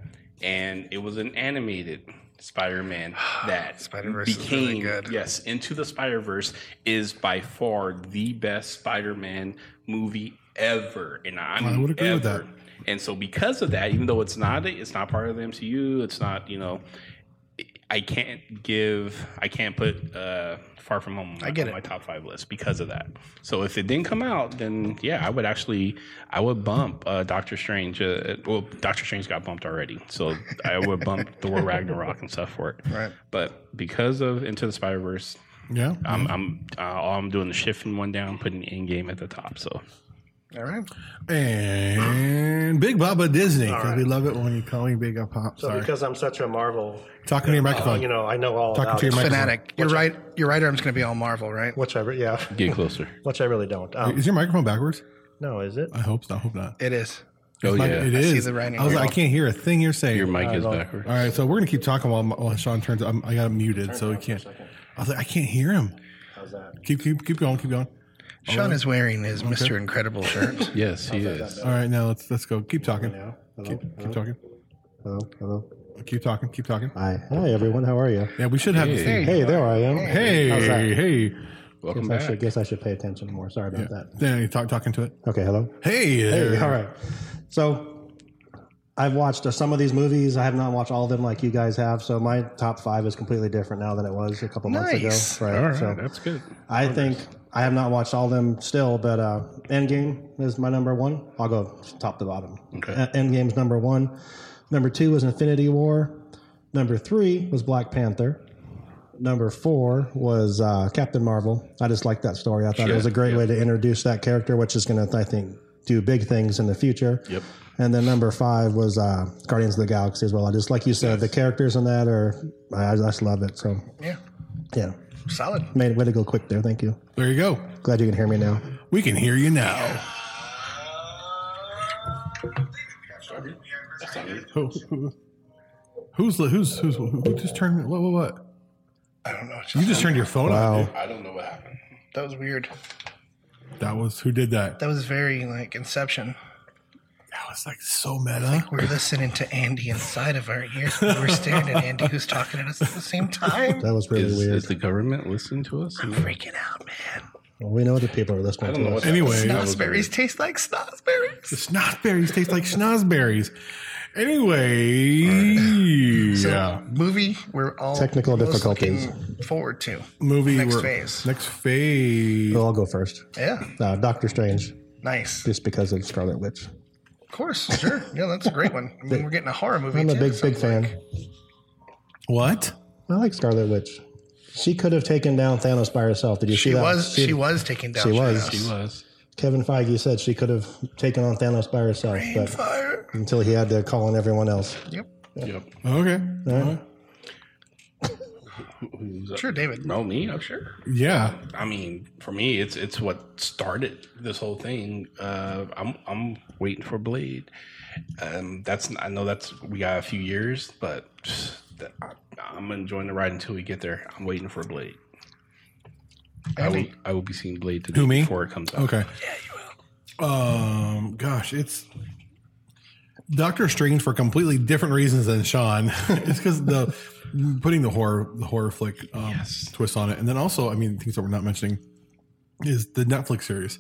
[SPEAKER 5] and it was an animated
[SPEAKER 4] <sighs>
[SPEAKER 5] Spider-Man that
[SPEAKER 4] Spider-Verse is really
[SPEAKER 5] became
[SPEAKER 4] good.
[SPEAKER 5] yes Into the Spider-Verse is by far the best Spider-Man movie ever, and I'm
[SPEAKER 2] I would agree with
[SPEAKER 5] ever.
[SPEAKER 2] that.
[SPEAKER 5] And so because of that, even though it's not it's not part of the MCU, it's not you know. I can't give, I can't put uh, Far From Home on,
[SPEAKER 4] I get
[SPEAKER 5] on
[SPEAKER 4] it.
[SPEAKER 5] my top five list because of that. So if it didn't come out, then yeah, I would actually, I would bump uh, Doctor Strange. Uh, well, Doctor Strange got bumped already, so I would bump <laughs> Thor Ragnarok and stuff for it.
[SPEAKER 4] Right.
[SPEAKER 5] But because of Into the Spider Verse,
[SPEAKER 2] Yeah.
[SPEAKER 3] Um,
[SPEAKER 5] I'm, I'm, uh, all I'm doing is shifting one down, putting Endgame at the top. So
[SPEAKER 4] All right.
[SPEAKER 2] And Big Baba Disney, because we love it when you call me Big Pop.
[SPEAKER 3] So
[SPEAKER 2] Sorry.
[SPEAKER 3] because I'm such a Marvel,
[SPEAKER 2] Talking to your microphone.
[SPEAKER 3] you know, I know all
[SPEAKER 2] Talking
[SPEAKER 3] about
[SPEAKER 2] to your
[SPEAKER 3] it.
[SPEAKER 2] microphone.
[SPEAKER 4] Fanatic. Your right your right arm's gonna be all Marvel, right?
[SPEAKER 3] Which I, re- yeah,
[SPEAKER 5] get closer.
[SPEAKER 3] which I really don't.
[SPEAKER 4] <laughs>
[SPEAKER 3] Um,
[SPEAKER 2] Is your microphone backwards?
[SPEAKER 3] no, is it?
[SPEAKER 2] I hope so. I hope not.
[SPEAKER 4] It is.
[SPEAKER 5] Oh
[SPEAKER 2] Mike,
[SPEAKER 5] yeah,
[SPEAKER 2] it
[SPEAKER 4] I
[SPEAKER 2] is.
[SPEAKER 4] see the writing
[SPEAKER 2] I was like, I
[SPEAKER 4] now.
[SPEAKER 2] can't hear a thing you're saying.
[SPEAKER 5] your mic is
[SPEAKER 3] Uh,
[SPEAKER 5] backwards.
[SPEAKER 2] All right, so we're gonna keep talking while, while Sean turns. I'm, I got him muted, so we can't. I was like, I can't hear him.
[SPEAKER 3] How's that?
[SPEAKER 2] Keep keep keep going, keep going.
[SPEAKER 4] Sean is wearing his Mr. Incredible shirt.
[SPEAKER 5] Yes, he is.
[SPEAKER 2] All right, now let's let's go. Keep talking.
[SPEAKER 3] Now? Hello?
[SPEAKER 2] Keep, keep talking.
[SPEAKER 3] Hello? Hello?
[SPEAKER 2] Keep talking. Keep talking.
[SPEAKER 3] Hi. Hi, everyone. How are you?
[SPEAKER 2] Yeah, we should have this thing.
[SPEAKER 3] Hey, there I am.
[SPEAKER 2] Hey,
[SPEAKER 3] How's that?
[SPEAKER 2] hey.
[SPEAKER 5] Welcome
[SPEAKER 3] Guess I,
[SPEAKER 5] back.
[SPEAKER 3] should, guess I should pay attention more. Sorry about that.
[SPEAKER 2] Then you talk talking to it.
[SPEAKER 3] Okay, hello.
[SPEAKER 2] Hey,
[SPEAKER 3] Hey,
[SPEAKER 2] there.
[SPEAKER 3] all right. So I've watched uh, some of these movies. I have not watched all of them like you guys have. So my top five is completely different now than it was a couple months
[SPEAKER 4] Nice.
[SPEAKER 3] ago. Right.
[SPEAKER 5] All right,
[SPEAKER 3] so
[SPEAKER 5] that's good.
[SPEAKER 3] I think I have not watched all of them still, but uh, Endgame is my number one. I'll go top to bottom.
[SPEAKER 5] Okay.
[SPEAKER 3] Uh, Endgame's number one. Number two was Infinity War. Number three was Black Panther. Number four was uh, Captain Marvel. I just liked that story. I thought it was a great way to introduce that character, which is going to, I think, do big things in the future.
[SPEAKER 5] Yep.
[SPEAKER 3] And then number five was uh, Guardians of the Galaxy as well. I just, like you said, the characters in that are, I, I just love it. So,
[SPEAKER 4] <laughs> yeah.
[SPEAKER 3] yeah,
[SPEAKER 4] Solid.
[SPEAKER 3] made way to go quick there. Thank you.
[SPEAKER 2] There you go.
[SPEAKER 3] Glad you can hear me now.
[SPEAKER 2] We can hear you now. Who- who- Who's li- who's who's who who just turned? What what what?
[SPEAKER 4] I don't know.
[SPEAKER 2] You just turned your phone
[SPEAKER 3] Wow.
[SPEAKER 2] off.
[SPEAKER 5] I don't know what happened.
[SPEAKER 4] that was weird.
[SPEAKER 2] dude. That was who did that?
[SPEAKER 4] That was very like inception.
[SPEAKER 2] That was like so meta.
[SPEAKER 4] We're listening to Andy inside of our ears. but We're staring at Andy who's talking at us at the same time.
[SPEAKER 3] That was really
[SPEAKER 5] Is,
[SPEAKER 3] weird.
[SPEAKER 5] is the government listening to us?
[SPEAKER 4] Freaking out, man.
[SPEAKER 3] Well, we know that people are listening
[SPEAKER 5] I don't know
[SPEAKER 3] to
[SPEAKER 5] what.
[SPEAKER 3] us.
[SPEAKER 5] that-
[SPEAKER 2] Anyway.
[SPEAKER 5] that was weird.
[SPEAKER 4] Snozberries taste like snozberries.
[SPEAKER 2] The snozberries taste like snozberries. Anyway,
[SPEAKER 4] So,
[SPEAKER 2] yeah.
[SPEAKER 4] Movie we're all
[SPEAKER 3] Technical
[SPEAKER 4] most
[SPEAKER 3] difficulties.
[SPEAKER 4] looking forward to.
[SPEAKER 2] Movie
[SPEAKER 4] Next
[SPEAKER 2] we're-
[SPEAKER 4] phase.
[SPEAKER 2] Next phase.
[SPEAKER 3] Well, I'll go first.
[SPEAKER 4] Yeah.
[SPEAKER 3] Uh, Doctor Strange,
[SPEAKER 4] Nice.
[SPEAKER 3] just because of Scarlet Witch.
[SPEAKER 4] Of course. Sure. Yeah, that's a great one. I mean, we're getting a horror movie.
[SPEAKER 3] I'm a
[SPEAKER 4] too,
[SPEAKER 3] big,
[SPEAKER 4] so-
[SPEAKER 3] big fan.
[SPEAKER 2] What?
[SPEAKER 3] I like Scarlet Witch. She could have taken down Thanos by herself. Did you see
[SPEAKER 4] She
[SPEAKER 3] that?
[SPEAKER 4] was she, was taken down.
[SPEAKER 3] she was.
[SPEAKER 4] Thanos.
[SPEAKER 5] She was.
[SPEAKER 3] Kevin Feige said she could have taken on Thanos by herself, but
[SPEAKER 4] Fire.
[SPEAKER 3] until he had to call on everyone else.
[SPEAKER 4] Yep.
[SPEAKER 5] Yep.
[SPEAKER 2] Okay.
[SPEAKER 4] Sure, David.
[SPEAKER 5] No, me. I'm sure.
[SPEAKER 2] Yeah.
[SPEAKER 5] I mean, for me, it's it's what started this whole thing. Uh, I'm I'm waiting for Blade. Um, that's I know that's we got a few years, but that, I, I'm enjoying the ride until we get there. I'm waiting for Blade. I will
[SPEAKER 4] Andy.
[SPEAKER 5] I will be seeing Blade today
[SPEAKER 2] Who, me?
[SPEAKER 5] before it comes out.
[SPEAKER 2] Okay. Um. Gosh, it's Doctor Strange for completely different reasons than Sean. <laughs> it's because the putting the horror the horror flick um,
[SPEAKER 5] Yes.
[SPEAKER 2] twist on it, and then also, I mean, things that we're not mentioning is the Netflix series,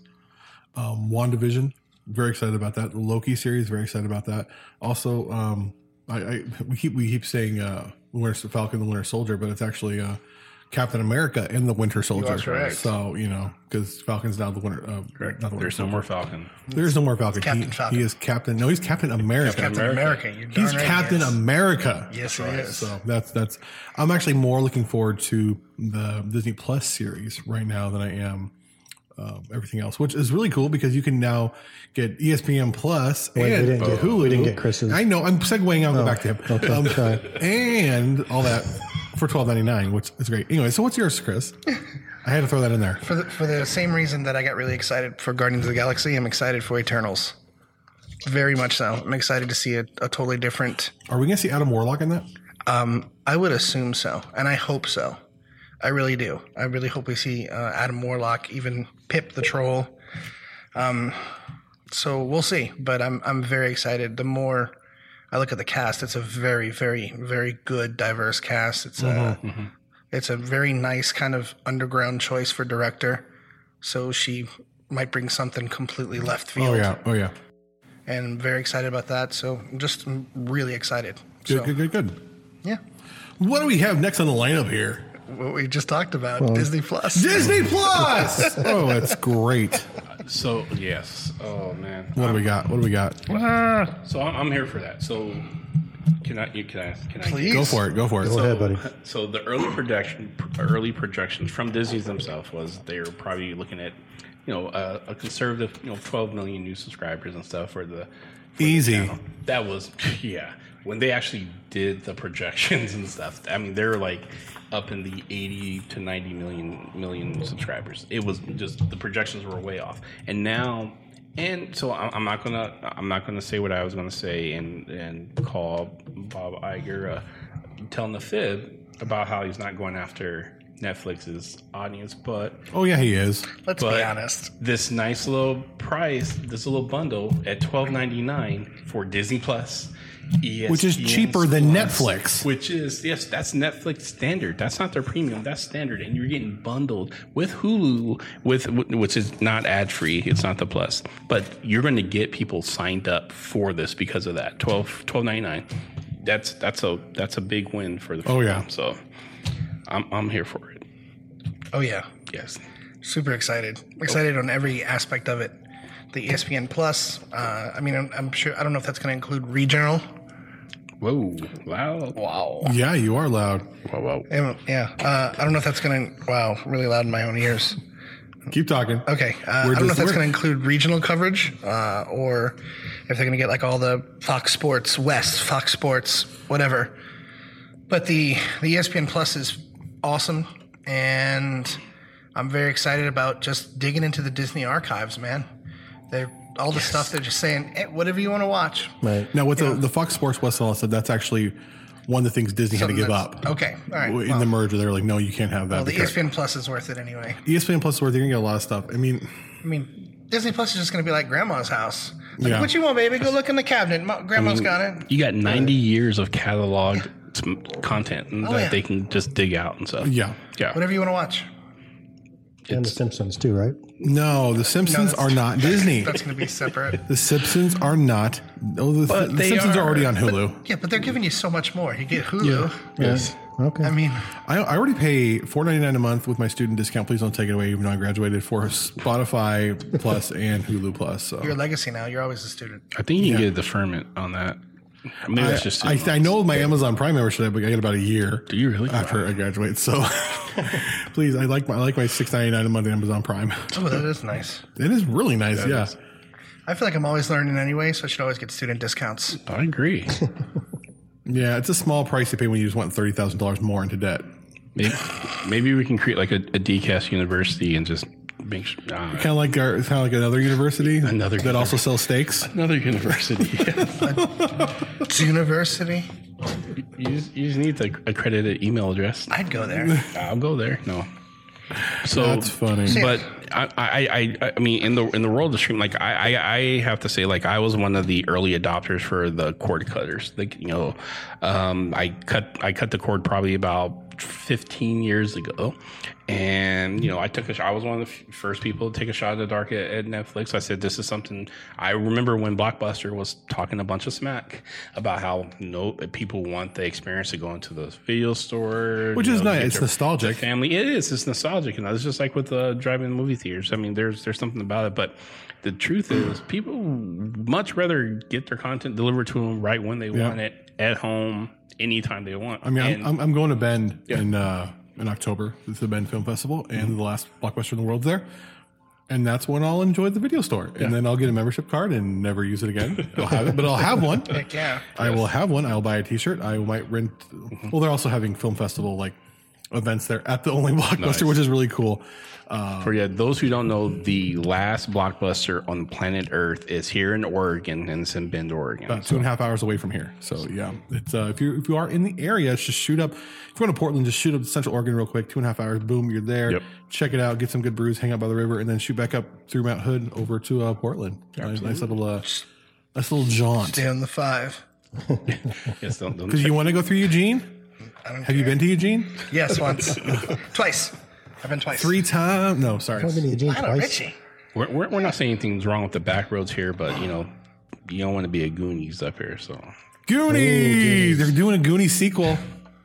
[SPEAKER 2] um, Wandavision. Very excited about that. The Loki series. Very excited about that. Also, um, I, I we keep we keep saying uh, Winter Falcon, the Winter Soldier, but it's actually uh, Captain America and the Winter Soldier.
[SPEAKER 4] correct.
[SPEAKER 2] So you know, because Falcon's now the Winter. Uh,
[SPEAKER 5] Correct.
[SPEAKER 2] Not the Winter
[SPEAKER 5] There's no more Falcon.
[SPEAKER 2] there's no more Falcon.
[SPEAKER 4] Captain
[SPEAKER 2] he,
[SPEAKER 4] Falcon.
[SPEAKER 2] he is Captain. No, he's Captain America.
[SPEAKER 4] Captain America. You're darn
[SPEAKER 2] he's
[SPEAKER 4] right he
[SPEAKER 2] Captain
[SPEAKER 4] is.
[SPEAKER 2] America.
[SPEAKER 4] Yes, he is.
[SPEAKER 2] So that's that's. I'm actually more looking forward to the Disney Plus series right now than I am um, everything else, which is really cool because you can now get E ESPN Plus and
[SPEAKER 3] we didn't get-
[SPEAKER 2] Hulu.
[SPEAKER 3] we didn't get Chris's. Oh,
[SPEAKER 2] I know. I'm segueing. I'll go back to him. Um,
[SPEAKER 3] okay, sorry.
[SPEAKER 2] and all that for 12.99, which is great. Anyway, so what's yours, Chris? I had to throw that in there.
[SPEAKER 4] For the, for the same reason that I got really excited for Guardians of the Galaxy, I'm excited for Eternals. Very much so. I'm excited to see a, a totally different.
[SPEAKER 2] Are we going to see Adam Warlock in that?
[SPEAKER 4] I would assume so, and I hope so. I really do. I really hope we see uh, Adam Warlock, even Pip the Troll. Um, so we'll see, but I'm I'm very excited. The more I look at the cast. It's a very, very, very good, diverse cast. It's
[SPEAKER 2] Mm-hmm,
[SPEAKER 4] a it's a very nice kind of underground choice for director. So she might bring something completely left
[SPEAKER 2] Oh
[SPEAKER 4] field,
[SPEAKER 2] yeah. Oh yeah.
[SPEAKER 4] and I'm very excited about that. So I'm just mm, really excited.
[SPEAKER 2] Good.
[SPEAKER 4] So
[SPEAKER 2] Good. Good. Good.
[SPEAKER 4] yeah,
[SPEAKER 2] What do we have next on the lineup here?
[SPEAKER 4] what we just talked about Disney Plus.
[SPEAKER 2] Disney Plus. <laughs> oh, that's great.
[SPEAKER 5] So yes. Oh man.
[SPEAKER 2] What do we got? What do we got? Ah.
[SPEAKER 5] So I'm, I'm here for that. So can I? You can I? Can I?
[SPEAKER 4] Please.
[SPEAKER 2] Go for it. Go for it.
[SPEAKER 5] So,
[SPEAKER 3] ahead, buddy.
[SPEAKER 5] so the early projection, early projections from Disney's themselves was they were probably looking at, you know, a, a conservative, you know, 12 million new subscribers and stuff for the.
[SPEAKER 2] Easy.
[SPEAKER 5] That was <laughs> yeah. When they actually did the projections <laughs> and stuff, I mean, they were like up in the 80 to 90 million million subscribers. It was just the projections were way off, and now. And so I- I'm not gonna I'm not gonna say what I was gonna say and and call Bob Iger uh, telling the fib about how he's not going after Netflix's audience, but
[SPEAKER 2] Oh yeah, he is.
[SPEAKER 4] Let's
[SPEAKER 5] But-
[SPEAKER 4] be honest.
[SPEAKER 5] this nice little price, this little bundle at twelve ninety nine for Disney Plus, E ESPN
[SPEAKER 2] Which is cheaper than
[SPEAKER 5] Plus,
[SPEAKER 2] Netflix.
[SPEAKER 5] Which is yes, that's Netflix standard. That's not their premium. That's standard, and you're getting bundled with Hulu, with which is not ad free. It's not the Plus, but you're going to get people signed up for this because of that 12 12.99. That's that's a that's a big win for the.
[SPEAKER 2] Oh, yeah.
[SPEAKER 5] so I'm I'm here for it.
[SPEAKER 4] Oh yeah,
[SPEAKER 5] Yes.
[SPEAKER 4] super excited. Excited on every aspect of it. The E ESPN Plus. Uh, I mean, I'm, I'm sure. I don't know if that's going to include Regional.
[SPEAKER 5] Whoa! Wow! Wow!
[SPEAKER 2] Yeah, you are loud.
[SPEAKER 5] Wow! Wow!
[SPEAKER 4] Yeah. yeah. Uh, I don't know if that's going to. Wow, really loud in my own ears.
[SPEAKER 2] Keep talking.
[SPEAKER 4] Okay. Uh, I
[SPEAKER 2] We're
[SPEAKER 4] don't know
[SPEAKER 2] just-
[SPEAKER 4] if that's
[SPEAKER 2] we're-
[SPEAKER 4] going to include regional coverage uh, or if they're going to get like all the Fox Sports West, Fox Sports, whatever. But the, the E ESPN Plus is awesome. And I'm very excited about just digging into the Disney archives, man. They're, all the stuff they're just saying, eh, whatever you want to watch.
[SPEAKER 3] Right.
[SPEAKER 2] Now, with the, the Fox Sports West and all that, stuff, that's actually one of the things Disney had to give up.
[SPEAKER 4] Okay. All right.
[SPEAKER 2] in
[SPEAKER 4] well,
[SPEAKER 2] the merger, they were like, no, you can't have that.
[SPEAKER 4] well, the E
[SPEAKER 2] because- E
[SPEAKER 4] ESPN Plus is worth it anyway.
[SPEAKER 2] ESPN Plus, where they're gonna get a lot of stuff. I mean,
[SPEAKER 4] I mean, Disney Plus is just going to be like grandma's house. Like,
[SPEAKER 2] Yeah.
[SPEAKER 4] What you want, baby? Go look in the cabinet. Ma- Grandma's got it.
[SPEAKER 5] You
[SPEAKER 2] Uh,
[SPEAKER 5] got 90 years of cataloged some content that
[SPEAKER 4] yeah.
[SPEAKER 5] they can just dig out and stuff.
[SPEAKER 2] Oh, yeah,
[SPEAKER 5] Yeah.
[SPEAKER 4] Whatever you want to watch.
[SPEAKER 3] And the Simpsons too, right?
[SPEAKER 2] no, the Simpsons
[SPEAKER 4] <laughs> that's-
[SPEAKER 2] are not Disney.
[SPEAKER 4] That's going to be separate.
[SPEAKER 2] The Simpsons are not. Oh, the,
[SPEAKER 5] But
[SPEAKER 2] the
[SPEAKER 5] they
[SPEAKER 2] Simpsons are,
[SPEAKER 5] are.
[SPEAKER 2] already on Hulu.
[SPEAKER 4] Yeah, but they're giving you so much more. You get Hulu.
[SPEAKER 2] Yes,
[SPEAKER 3] Okay.
[SPEAKER 4] I mean,
[SPEAKER 2] I, I already pay four ninety nine a month with my student discount. Please don't take it away, even though I graduated for Spotify Plus and Hulu Plus. So
[SPEAKER 4] your legacy now. You're always a student.
[SPEAKER 5] I think you can get a deferment on that. Maybe
[SPEAKER 2] I,
[SPEAKER 5] that's just.
[SPEAKER 2] I, I know my Amazon Prime membership. I get about a year.
[SPEAKER 5] Do you really?
[SPEAKER 2] after I graduate? So <laughs> please, I like my I like my six ninety nine a month Amazon Prime.
[SPEAKER 4] Oh, that is nice.
[SPEAKER 2] It is really nice. yeah.
[SPEAKER 4] I feel like I'm always learning anyway, so I should always get
[SPEAKER 2] <laughs>
[SPEAKER 4] student discounts.
[SPEAKER 5] I agree.
[SPEAKER 2] Yeah, it's a small price to pay when you just want thirty thousand dollars more into debt.
[SPEAKER 5] maybe, maybe we can create like a, a DCAS university and just make sure. ah,
[SPEAKER 2] Kind of like our, kind of like another university,
[SPEAKER 5] Another
[SPEAKER 2] that also sells steaks.
[SPEAKER 5] another university. <laughs>
[SPEAKER 4] University.
[SPEAKER 5] you, just, you just need the accredited email address.
[SPEAKER 4] I'd go
[SPEAKER 2] <laughs>
[SPEAKER 4] there.
[SPEAKER 5] I'll go there. No. So
[SPEAKER 2] That's funny.
[SPEAKER 5] But I, I, I, I mean, in the in the world of stream, like I, I, I have to say, like I was one of the early adopters for the cord cutters. Like you know, um, I cut I cut the cord probably about fifteen years ago, and you know, I took a sh- I was one of the f- first people to take a shot in the dark at, at Netflix. I said, this is something. I remember when Blockbuster was talking a bunch of smack about how no people want the experience of going to the video store,
[SPEAKER 2] Which
[SPEAKER 5] you
[SPEAKER 2] is
[SPEAKER 5] know,
[SPEAKER 2] nice.
[SPEAKER 5] get
[SPEAKER 2] It's
[SPEAKER 5] their-
[SPEAKER 2] nostalgic.
[SPEAKER 5] family. It is. It's nostalgic, and it's just like with uh, driving movie theaters. I mean, there's there's something about it. But the
[SPEAKER 2] <clears throat>
[SPEAKER 5] truth is, people much rather get their content delivered to them right when they
[SPEAKER 2] Yeah.
[SPEAKER 5] want it at home, anytime they want.
[SPEAKER 2] I mean,
[SPEAKER 5] and,
[SPEAKER 2] I'm, I'm, I'm going to Bend in uh, in October. It's the Bend Film Festival, and
[SPEAKER 4] Mm-hmm.
[SPEAKER 2] the last blockbuster in the world there. And that's when I'll enjoy the video store, and then I'll get a membership card and never use it
[SPEAKER 4] <laughs>
[SPEAKER 2] again. I'll have it, but I'll have one.
[SPEAKER 4] Heck yeah. Mm-hmm.
[SPEAKER 2] I will have one. I'll buy a T-shirt. I might rent. Well, they're also having film festival like events there at the only <laughs> blockbuster, which is really cool.
[SPEAKER 5] for yeah, those who don't know, the last blockbuster on planet Earth is here in Oregon, and it's in Bend, Oregon.
[SPEAKER 2] about two and a half hours away from here. So yeah, it's uh, if you if you are in the area, just shoot up. If you're going to Portland, just shoot up to Central Oregon real quick. Two and a half hours, boom, you're there.
[SPEAKER 5] Yep.
[SPEAKER 2] Check it out, get some good brews, hang out by the river, and then shoot back up through Mount Hood over to uh, Portland. Nice, nice little uh, nice little jaunt.
[SPEAKER 4] Down the five.
[SPEAKER 5] Yes, don't. don't
[SPEAKER 2] Because you want to go through Eugene? Have you been to Eugene?
[SPEAKER 4] Yes,
[SPEAKER 2] <laughs>
[SPEAKER 4] once, twice. I've been twice.
[SPEAKER 2] Three times? No, sorry.
[SPEAKER 3] I've been to Eugene
[SPEAKER 4] I don't,
[SPEAKER 3] twice.
[SPEAKER 4] Richie.
[SPEAKER 5] we're, we're, we're not saying anything's wrong with the back roads here, but you know, you don't want to be a Goonies up here. So
[SPEAKER 2] Goonies. They're doing a Goonies sequel.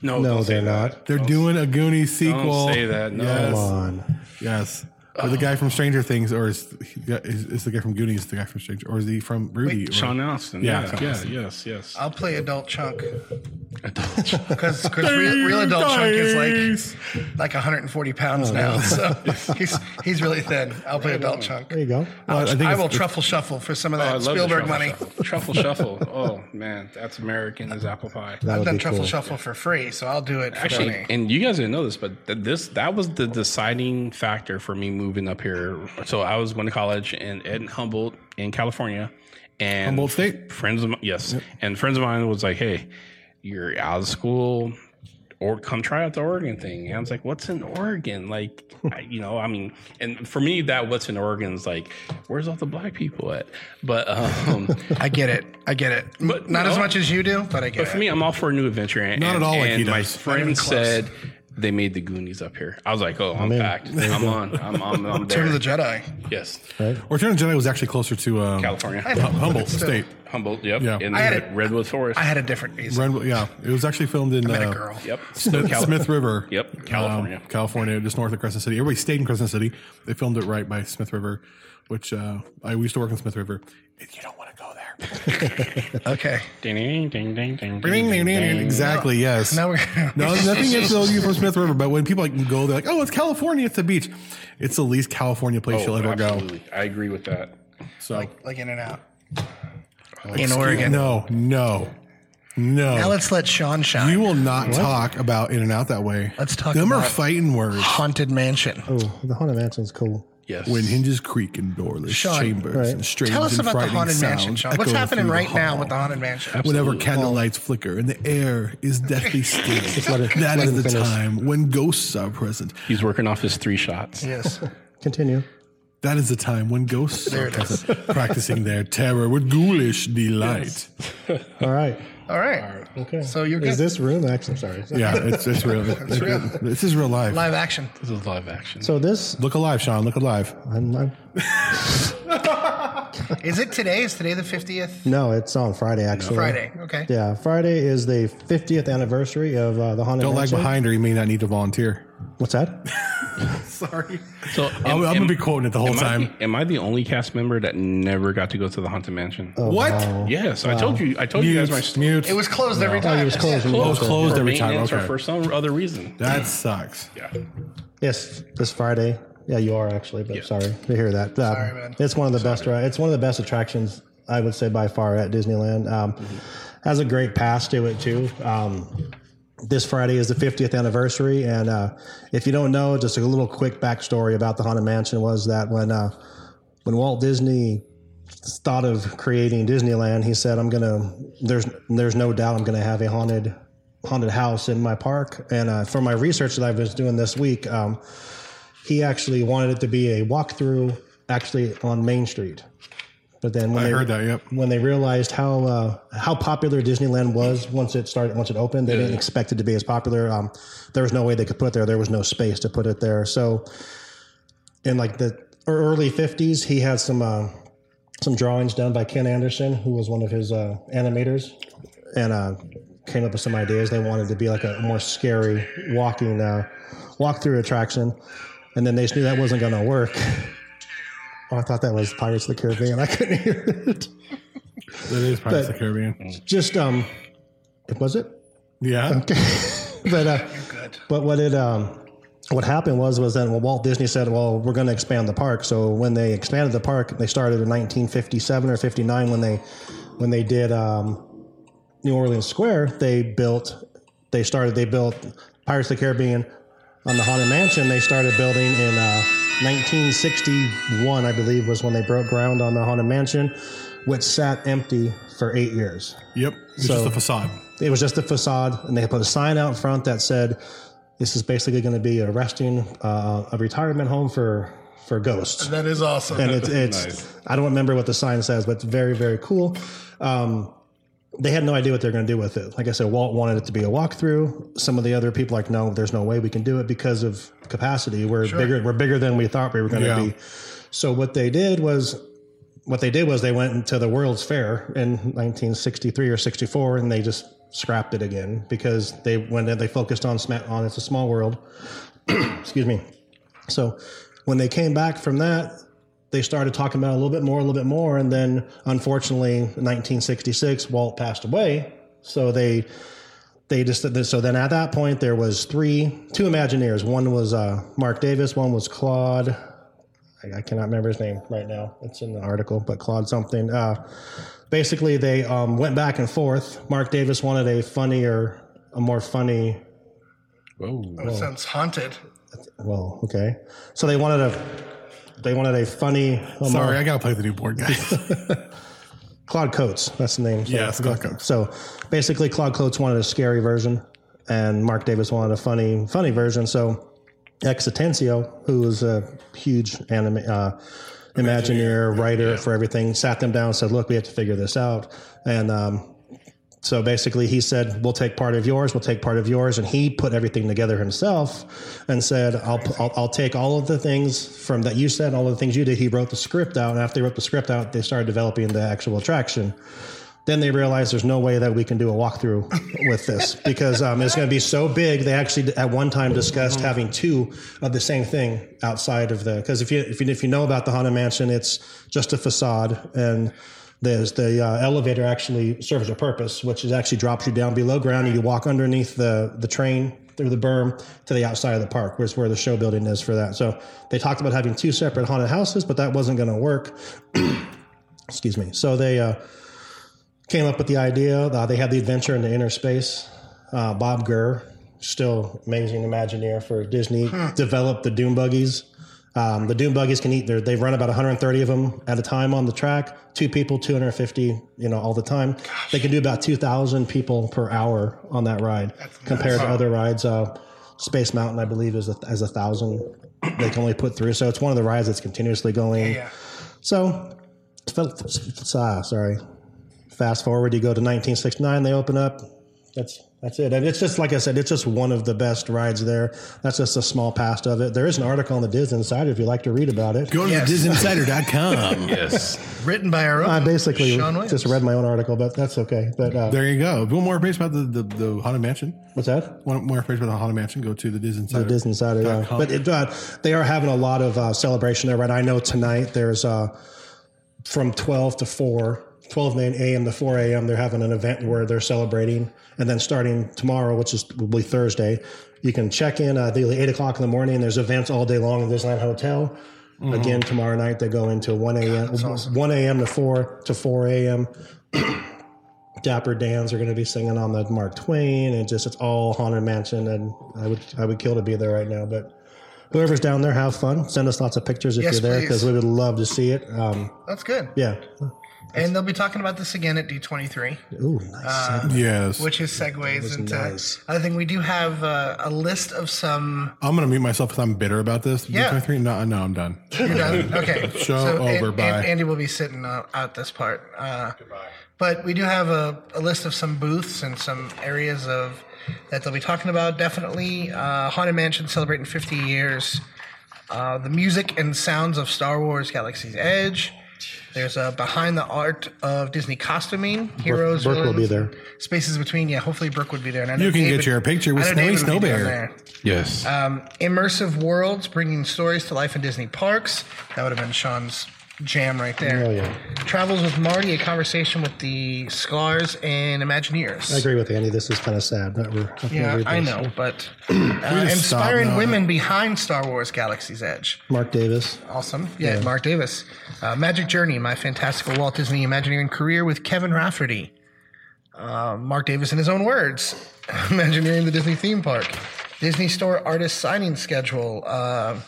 [SPEAKER 5] no,
[SPEAKER 3] No,
[SPEAKER 5] don't say
[SPEAKER 3] they're
[SPEAKER 5] that.
[SPEAKER 3] not.
[SPEAKER 2] They're doing a Goonies sequel.
[SPEAKER 5] Don't say that. No.
[SPEAKER 2] Yes.
[SPEAKER 3] Come on.
[SPEAKER 2] Yes. Or
[SPEAKER 4] Oh.
[SPEAKER 2] the guy from Stranger Things, or is, is, is the guy from Goonies the guy from Stranger, or is he from Rudy? or-
[SPEAKER 5] Sean Austin.
[SPEAKER 2] Yeah,
[SPEAKER 5] Yeah, yeah,
[SPEAKER 2] Sean Austin.
[SPEAKER 5] yes, yes.
[SPEAKER 4] I'll play adult chunk <laughs> because real, real adult chunk is like like 140
[SPEAKER 2] Oh,
[SPEAKER 4] pounds now,
[SPEAKER 2] <laughs>
[SPEAKER 4] so he's he's really thin. I'll play adult chunk.
[SPEAKER 3] There you go.
[SPEAKER 2] Well, I think
[SPEAKER 4] I
[SPEAKER 2] it's-
[SPEAKER 4] will truffle shuffle for some of
[SPEAKER 5] Oh, I
[SPEAKER 4] that
[SPEAKER 5] love the
[SPEAKER 4] Spielberg
[SPEAKER 5] truffle
[SPEAKER 4] money.
[SPEAKER 5] shuffle. Truffle shuffle. Oh man, that's American as apple pie.
[SPEAKER 3] That
[SPEAKER 4] I've
[SPEAKER 3] would
[SPEAKER 4] done
[SPEAKER 3] be
[SPEAKER 4] truffle
[SPEAKER 3] cool.
[SPEAKER 4] shuffle for free, so I'll do it for
[SPEAKER 5] Actually,
[SPEAKER 4] free.
[SPEAKER 5] and you guys didn't know this, but th- this that was the deciding factor for me moving up here. So I was going to college in in Humboldt in California, and
[SPEAKER 2] Humboldt State?
[SPEAKER 5] friends of mine, yes, and friends of mine was like, "Hey, you're out of school." Or come try out the Oregon thing. And I was like, what's in
[SPEAKER 2] <laughs>
[SPEAKER 5] Oregon? Like, I, you know, I mean, and for me, that what's in Oregon is like, where's all the black people at? But um,
[SPEAKER 4] I get it. I get it.
[SPEAKER 5] But
[SPEAKER 4] not as
[SPEAKER 5] no.
[SPEAKER 4] much as you do, but I get
[SPEAKER 5] But for
[SPEAKER 4] it.
[SPEAKER 5] me, I'm all for a new adventure. And,
[SPEAKER 2] Not at
[SPEAKER 5] and-
[SPEAKER 2] all like he
[SPEAKER 5] and my
[SPEAKER 2] does.
[SPEAKER 5] friend
[SPEAKER 4] Not even close.
[SPEAKER 5] said they made the Goonies up here. I was like, oh, I'm
[SPEAKER 3] in.
[SPEAKER 5] packed. I'm on. I'm, I'm,
[SPEAKER 2] <laughs>
[SPEAKER 5] I'm
[SPEAKER 4] Return of
[SPEAKER 5] there.
[SPEAKER 4] the Jedi.
[SPEAKER 5] Yes.
[SPEAKER 2] Return of the Jedi was actually closer to um,
[SPEAKER 5] California.
[SPEAKER 2] Hum-
[SPEAKER 4] <laughs>
[SPEAKER 2] Humboldt State.
[SPEAKER 5] Humboldt. Yep.
[SPEAKER 2] Yeah.
[SPEAKER 5] In
[SPEAKER 4] I had
[SPEAKER 5] the
[SPEAKER 4] it.
[SPEAKER 5] Redwood Forest.
[SPEAKER 4] I had a different reason.
[SPEAKER 2] Ren- yeah, it was actually filmed in
[SPEAKER 4] I met
[SPEAKER 2] uh,
[SPEAKER 4] a girl.
[SPEAKER 5] yep.
[SPEAKER 2] Smith, Smith River. Um,
[SPEAKER 5] Yep, California.
[SPEAKER 2] California, just north of Crescent City. Everybody stayed in Crescent City. They filmed it right by Smith River, which uh, I we used to work in Smith River. And You don't want to go there.
[SPEAKER 4] Okay.
[SPEAKER 5] Ding, ding, ding,
[SPEAKER 2] Ding,
[SPEAKER 5] ding, ding,
[SPEAKER 2] ding,
[SPEAKER 5] <laughs> ding, ding,
[SPEAKER 2] ding, ding.
[SPEAKER 5] ding.
[SPEAKER 2] exactly. Yes.
[SPEAKER 4] Now
[SPEAKER 2] No,
[SPEAKER 4] we're
[SPEAKER 2] nothing against those of you from Smith River, but when people like go, they're like, "Oh, it's California. It's the beach. It's the least California place you'll
[SPEAKER 5] Oh,
[SPEAKER 2] ever go."
[SPEAKER 5] absolutely. I agree with that.
[SPEAKER 2] So
[SPEAKER 4] <laughs> like in and out. in Oregon.
[SPEAKER 2] no, no, no.
[SPEAKER 4] Now let's let Sean shine.
[SPEAKER 2] you will not talk about In and Out that way.
[SPEAKER 4] Let's talk
[SPEAKER 2] Them are
[SPEAKER 4] about-
[SPEAKER 2] fighting words.
[SPEAKER 4] Haunted Mansion.
[SPEAKER 3] Oh, the Haunted Mansion's cool.
[SPEAKER 5] Yes.
[SPEAKER 2] When hinges creak in doorless
[SPEAKER 4] Sean,
[SPEAKER 2] chambers
[SPEAKER 3] right.
[SPEAKER 2] and strange
[SPEAKER 4] Tell us
[SPEAKER 2] and
[SPEAKER 4] about the
[SPEAKER 2] frightening
[SPEAKER 4] Haunted
[SPEAKER 2] sounds
[SPEAKER 4] Mansion, Sean. What's
[SPEAKER 2] echo
[SPEAKER 4] happening
[SPEAKER 2] through the
[SPEAKER 4] right now
[SPEAKER 2] hall.
[SPEAKER 4] with the Haunted
[SPEAKER 2] <laughs>
[SPEAKER 4] Mansion?
[SPEAKER 2] Whenever candle lights flicker and the air is deathly
[SPEAKER 4] <laughs>
[SPEAKER 2] still,
[SPEAKER 3] let it-
[SPEAKER 2] that
[SPEAKER 3] let
[SPEAKER 2] is
[SPEAKER 3] him
[SPEAKER 2] the
[SPEAKER 3] finish.
[SPEAKER 2] time when ghosts are present.
[SPEAKER 5] He's working off his three shots.
[SPEAKER 4] Yes.
[SPEAKER 3] Continue.
[SPEAKER 2] That is the time when ghosts
[SPEAKER 4] There
[SPEAKER 2] are
[SPEAKER 4] it is.
[SPEAKER 2] present, practicing their terror with ghoulish delight.
[SPEAKER 3] All right.
[SPEAKER 4] All right.
[SPEAKER 3] Okay.
[SPEAKER 4] So you're
[SPEAKER 3] Is
[SPEAKER 4] good.
[SPEAKER 3] this room action? Sorry.
[SPEAKER 2] Yeah, it's, it's
[SPEAKER 4] <laughs>
[SPEAKER 2] real.
[SPEAKER 4] real.
[SPEAKER 2] This is real life.
[SPEAKER 4] Live
[SPEAKER 3] <laughs>
[SPEAKER 4] action.
[SPEAKER 5] This is live action.
[SPEAKER 3] So this,
[SPEAKER 2] Look alive, Sean. Look alive.
[SPEAKER 3] I'm, I'm,
[SPEAKER 4] Is it today? Is today the 50th?
[SPEAKER 3] no, it's on Friday actually.
[SPEAKER 4] Friday. Okay.
[SPEAKER 3] Yeah, Friday is the 50th anniversary of uh, the Haunted
[SPEAKER 2] Don't lag
[SPEAKER 3] Mansion.
[SPEAKER 2] behind, or you may not need to volunteer.
[SPEAKER 3] What's that?
[SPEAKER 2] <laughs> Sorry.
[SPEAKER 5] So,
[SPEAKER 2] I'm,
[SPEAKER 5] am-
[SPEAKER 2] I'm gonna
[SPEAKER 5] am-
[SPEAKER 2] be quoting it the whole
[SPEAKER 5] am I
[SPEAKER 2] time.
[SPEAKER 5] the- am I the only cast member that never got to go to the Haunted Mansion?
[SPEAKER 2] What?
[SPEAKER 5] yes. I told you. I told Oh, you guys my
[SPEAKER 2] Mute.
[SPEAKER 5] story.
[SPEAKER 2] Mute.
[SPEAKER 4] It was closed every time.
[SPEAKER 3] Oh, you just closed. and you
[SPEAKER 2] Oh,
[SPEAKER 3] got
[SPEAKER 2] it's
[SPEAKER 3] the-
[SPEAKER 2] closed
[SPEAKER 5] for
[SPEAKER 2] every time.
[SPEAKER 5] maintenance or
[SPEAKER 2] Okay.
[SPEAKER 5] for some other reason.
[SPEAKER 2] That sucks.
[SPEAKER 5] Yeah.
[SPEAKER 3] Yes, this Friday. Yeah, you are actually, but sorry to hear that. Um,
[SPEAKER 4] Sorry, man.
[SPEAKER 3] It's one of the best. ri- It's one of the best attractions I would say by far at Disneyland. Um,
[SPEAKER 4] Mm-hmm.
[SPEAKER 3] Has a great past to it too. Um, this Friday is the 50th anniversary, and uh, if you don't know, just a little quick backstory about the Haunted Mansion was that when uh, when Walt Disney thought of creating Disneyland, he said, "I'm gonna there's there's no doubt I'm gonna have a haunted haunted house in my park." And uh, for my research that I've been doing this week, um, he actually wanted it to be a walkthrough, actually on Main Street. But then when
[SPEAKER 2] I
[SPEAKER 3] they,
[SPEAKER 2] heard that. Yep.
[SPEAKER 3] when they realized how uh, how popular Disneyland was once it started once it opened, they didn't expect it to be as popular. Um, there was no way they could put it there. There was no space to put it there. So, in like the early '50s, he had some uh, some drawings done by Ken Anderson, who was one of his uh, animators, and uh, came up with some ideas. They wanted to be like a more scary walking uh, walkthrough attraction, and then they knew that wasn't going to work. Oh, I thought that was Pirates of the Caribbean. I couldn't hear it. <laughs>
[SPEAKER 2] That is Pirates
[SPEAKER 3] But-
[SPEAKER 2] of the
[SPEAKER 5] Mm.
[SPEAKER 2] Caribbean.
[SPEAKER 3] Just um, was it?
[SPEAKER 2] Yeah.
[SPEAKER 3] <laughs> But uh,
[SPEAKER 4] Good.
[SPEAKER 3] But what it um, what happened was was then Walt Disney said, "Well, we're going to expand the park." So when they expanded the park, they started in 1957 or 59 when they when they did um, New Orleans Square. They built they started they built Pirates of the Caribbean on the Haunted Mansion. They started building in. Uh, 1961, I believe, was when they broke ground on the Haunted Mansion, which sat empty for eight years
[SPEAKER 2] Yep. It's
[SPEAKER 3] So-
[SPEAKER 2] just a facade.
[SPEAKER 3] it was just a facade, and they put a sign out front that said, "This is basically going to be a resting, uh, a retirement home for for ghosts."
[SPEAKER 4] That is awesome.
[SPEAKER 3] And it's, it's I don't remember what the sign says, but it's very very cool. Um, they had no idea what they're going to do with it. Like I said, Walt wanted it to be a walkthrough. Some of the other people like, no, there's no way we can do it because of capacity. We're bigger. We're bigger than we thought we were going
[SPEAKER 2] Yeah.
[SPEAKER 3] to be. So what they did was, what they did was they went to the World's Fair in 1963 or 64, and they just scrapped it again because they when they focused on sma- on it's a small world. <clears throat> Excuse me. So when they came back from that, they started talking about it a little bit more, a little bit more, and then unfortunately, in 1966, Walt passed away. So they they just so then at that point there was three two Imagineers. One was uh, Mark Davis. One was Claude. I, I cannot remember his name right now. It's in the article, but Claude something. Uh, basically, they um, went back and forth. Mark Davis wanted a funnier, a more funny
[SPEAKER 4] That sounds haunted.
[SPEAKER 3] well, okay. So they wanted a they wanted a funny. um,
[SPEAKER 2] Sorry, I gotta play the new board guy. <laughs>
[SPEAKER 3] Claude Coates. That's the name. So,
[SPEAKER 2] Yes, Claude Coates.
[SPEAKER 3] So basically, Claude Coates wanted a scary version, and Mark Davis wanted a funny, funny version. So Exitencio, who was a huge anime. Uh, Imagineer, writer for everything, sat them down and said, Look, we have to figure this out. And um, So basically, he said, "We'll take part of yours. We'll take part of yours." And he put everything together himself, and said, "I'll I'll, I'll take all of the things from that you said, all of the things you did." He wrote the script out, and after he wrote the script out, they started developing the actual attraction. Then they realized there's no way that we can do a walkthrough with this because um, it's going to be so big. They actually at one time discussed having two of the same thing outside of the because if you if you if you know about the haunted mansion, it's just a facade and there's the uh, elevator actually serves a purpose, which is actually drops you down below ground and you walk underneath the the train through the berm to the outside of the park, which is where the show building is for that. So they talked about having two separate haunted houses, but that wasn't going to work. Excuse me. So they uh, came up with the idea. Uh, they had the adventure in the inner space. Uh, Bob Gurr, still amazing Imagineer for Disney,
[SPEAKER 4] Hmm.
[SPEAKER 3] developed the Doom buggies. Um, the Doom buggies can eat. their- They run about 130 of them at a time on the track. Two people, 250, you know, all the time. They can do about 2,000 people per hour on that ride, compared to other rides. Uh, Space Mountain, I believe, is a, is a thousand. They can only put through. So it's one of the rides that's continuously going.
[SPEAKER 4] Yeah.
[SPEAKER 3] So, ah, sorry. Fast forward, you go to 1969. They open up. That's that's it. And it's just like I said, it's just one of the best rides there. That's just a small past of it. There is an article on the Diz Insider if you like to read about it.
[SPEAKER 2] Go to
[SPEAKER 4] Yes.
[SPEAKER 2] <laughs> disinsider.com.
[SPEAKER 5] Yes.
[SPEAKER 4] Written by our own.
[SPEAKER 3] I basically
[SPEAKER 4] Sean Williams.
[SPEAKER 3] just read my own article, but that's okay. But uh,
[SPEAKER 2] There you go. If you want more information about the, the, the Haunted Mansion,
[SPEAKER 3] what's that?
[SPEAKER 2] want more information about the Haunted Mansion, go to the Diz Insider.
[SPEAKER 3] The Diz Insider, yeah.
[SPEAKER 2] com.
[SPEAKER 3] But it, uh, they are having a lot of uh, celebration there, right? I know tonight there's uh, from 12 to 4, 12 a.m. to 4 a.m., they're having an event where they're celebrating. And then starting tomorrow, which is will be Thursday, you can check in uh, daily 8 o'clock in the morning. There's events all day long in Disneyland Hotel.
[SPEAKER 4] Mm-hmm.
[SPEAKER 3] Again, tomorrow night, they go into 1 a.m. 1 a.m. to 4 to 4 a.m. <clears throat> Dapper Dans are going to be singing on the Mark Twain, and just it's all haunted mansion. And I would I would kill to be there right now. But whoever's down there, have fun. Send us lots of pictures if
[SPEAKER 4] Yes,
[SPEAKER 3] you're there
[SPEAKER 4] please.
[SPEAKER 3] because we would love to see it. Um,
[SPEAKER 4] That's good.
[SPEAKER 3] yeah.
[SPEAKER 4] And they'll be talking about this again at D23,
[SPEAKER 3] Ooh, nice.
[SPEAKER 4] Uh,
[SPEAKER 2] Yes.
[SPEAKER 4] which is segues into
[SPEAKER 3] nice.
[SPEAKER 4] I think We do have uh, a list of some.
[SPEAKER 2] I'm going to mute myself because I'm bitter about this.
[SPEAKER 4] Yeah.
[SPEAKER 2] D23? No, no, I'm done.
[SPEAKER 4] You're done? Okay.
[SPEAKER 2] <laughs> Show over, bye.
[SPEAKER 4] Andy will be sitting out, out this part. Uh, Goodbye. But we do have a, a list of some booths and some areas of that they'll be talking about. Definitely, uh, Haunted Mansion celebrating 50 years. Uh, the music and sounds of Star Wars: Galaxy's Edge. There's a behind the art of Disney costuming. Heroes.
[SPEAKER 3] Burke will be
[SPEAKER 4] villains,
[SPEAKER 3] there.
[SPEAKER 4] Spaces between. Yeah, hopefully Brooke would be there. And I know
[SPEAKER 2] You can
[SPEAKER 4] David-
[SPEAKER 2] get your picture with
[SPEAKER 4] I know
[SPEAKER 2] Snowy
[SPEAKER 4] David would be down
[SPEAKER 2] Snowbear.
[SPEAKER 4] there.
[SPEAKER 5] Yes.
[SPEAKER 4] Um, immersive worlds, bringing stories to life in Disney parks. That would have been Sean's jam right there.
[SPEAKER 3] Oh, yeah.
[SPEAKER 4] Travels with Marty, a conversation with the Scars and Imagineers.
[SPEAKER 3] I agree with Andy. This is kind of sad that we're. I can't
[SPEAKER 4] Yeah,
[SPEAKER 3] read
[SPEAKER 4] I
[SPEAKER 3] this.
[SPEAKER 4] know,
[SPEAKER 3] <clears throat>
[SPEAKER 4] but uh,
[SPEAKER 2] just stop
[SPEAKER 4] inspiring
[SPEAKER 2] now.
[SPEAKER 4] women behind Star Wars: Galaxy's Edge.
[SPEAKER 3] Mark Davis.
[SPEAKER 4] Awesome. Yeah, Mark Davis. Uh, Magic Journey, my fantastical Walt Disney Imagineering career with Kevin Rafferty. Uh, Mark Davis in his own words, <laughs> Imagineering the Disney theme park. Disney Store artist signing schedule. Uh,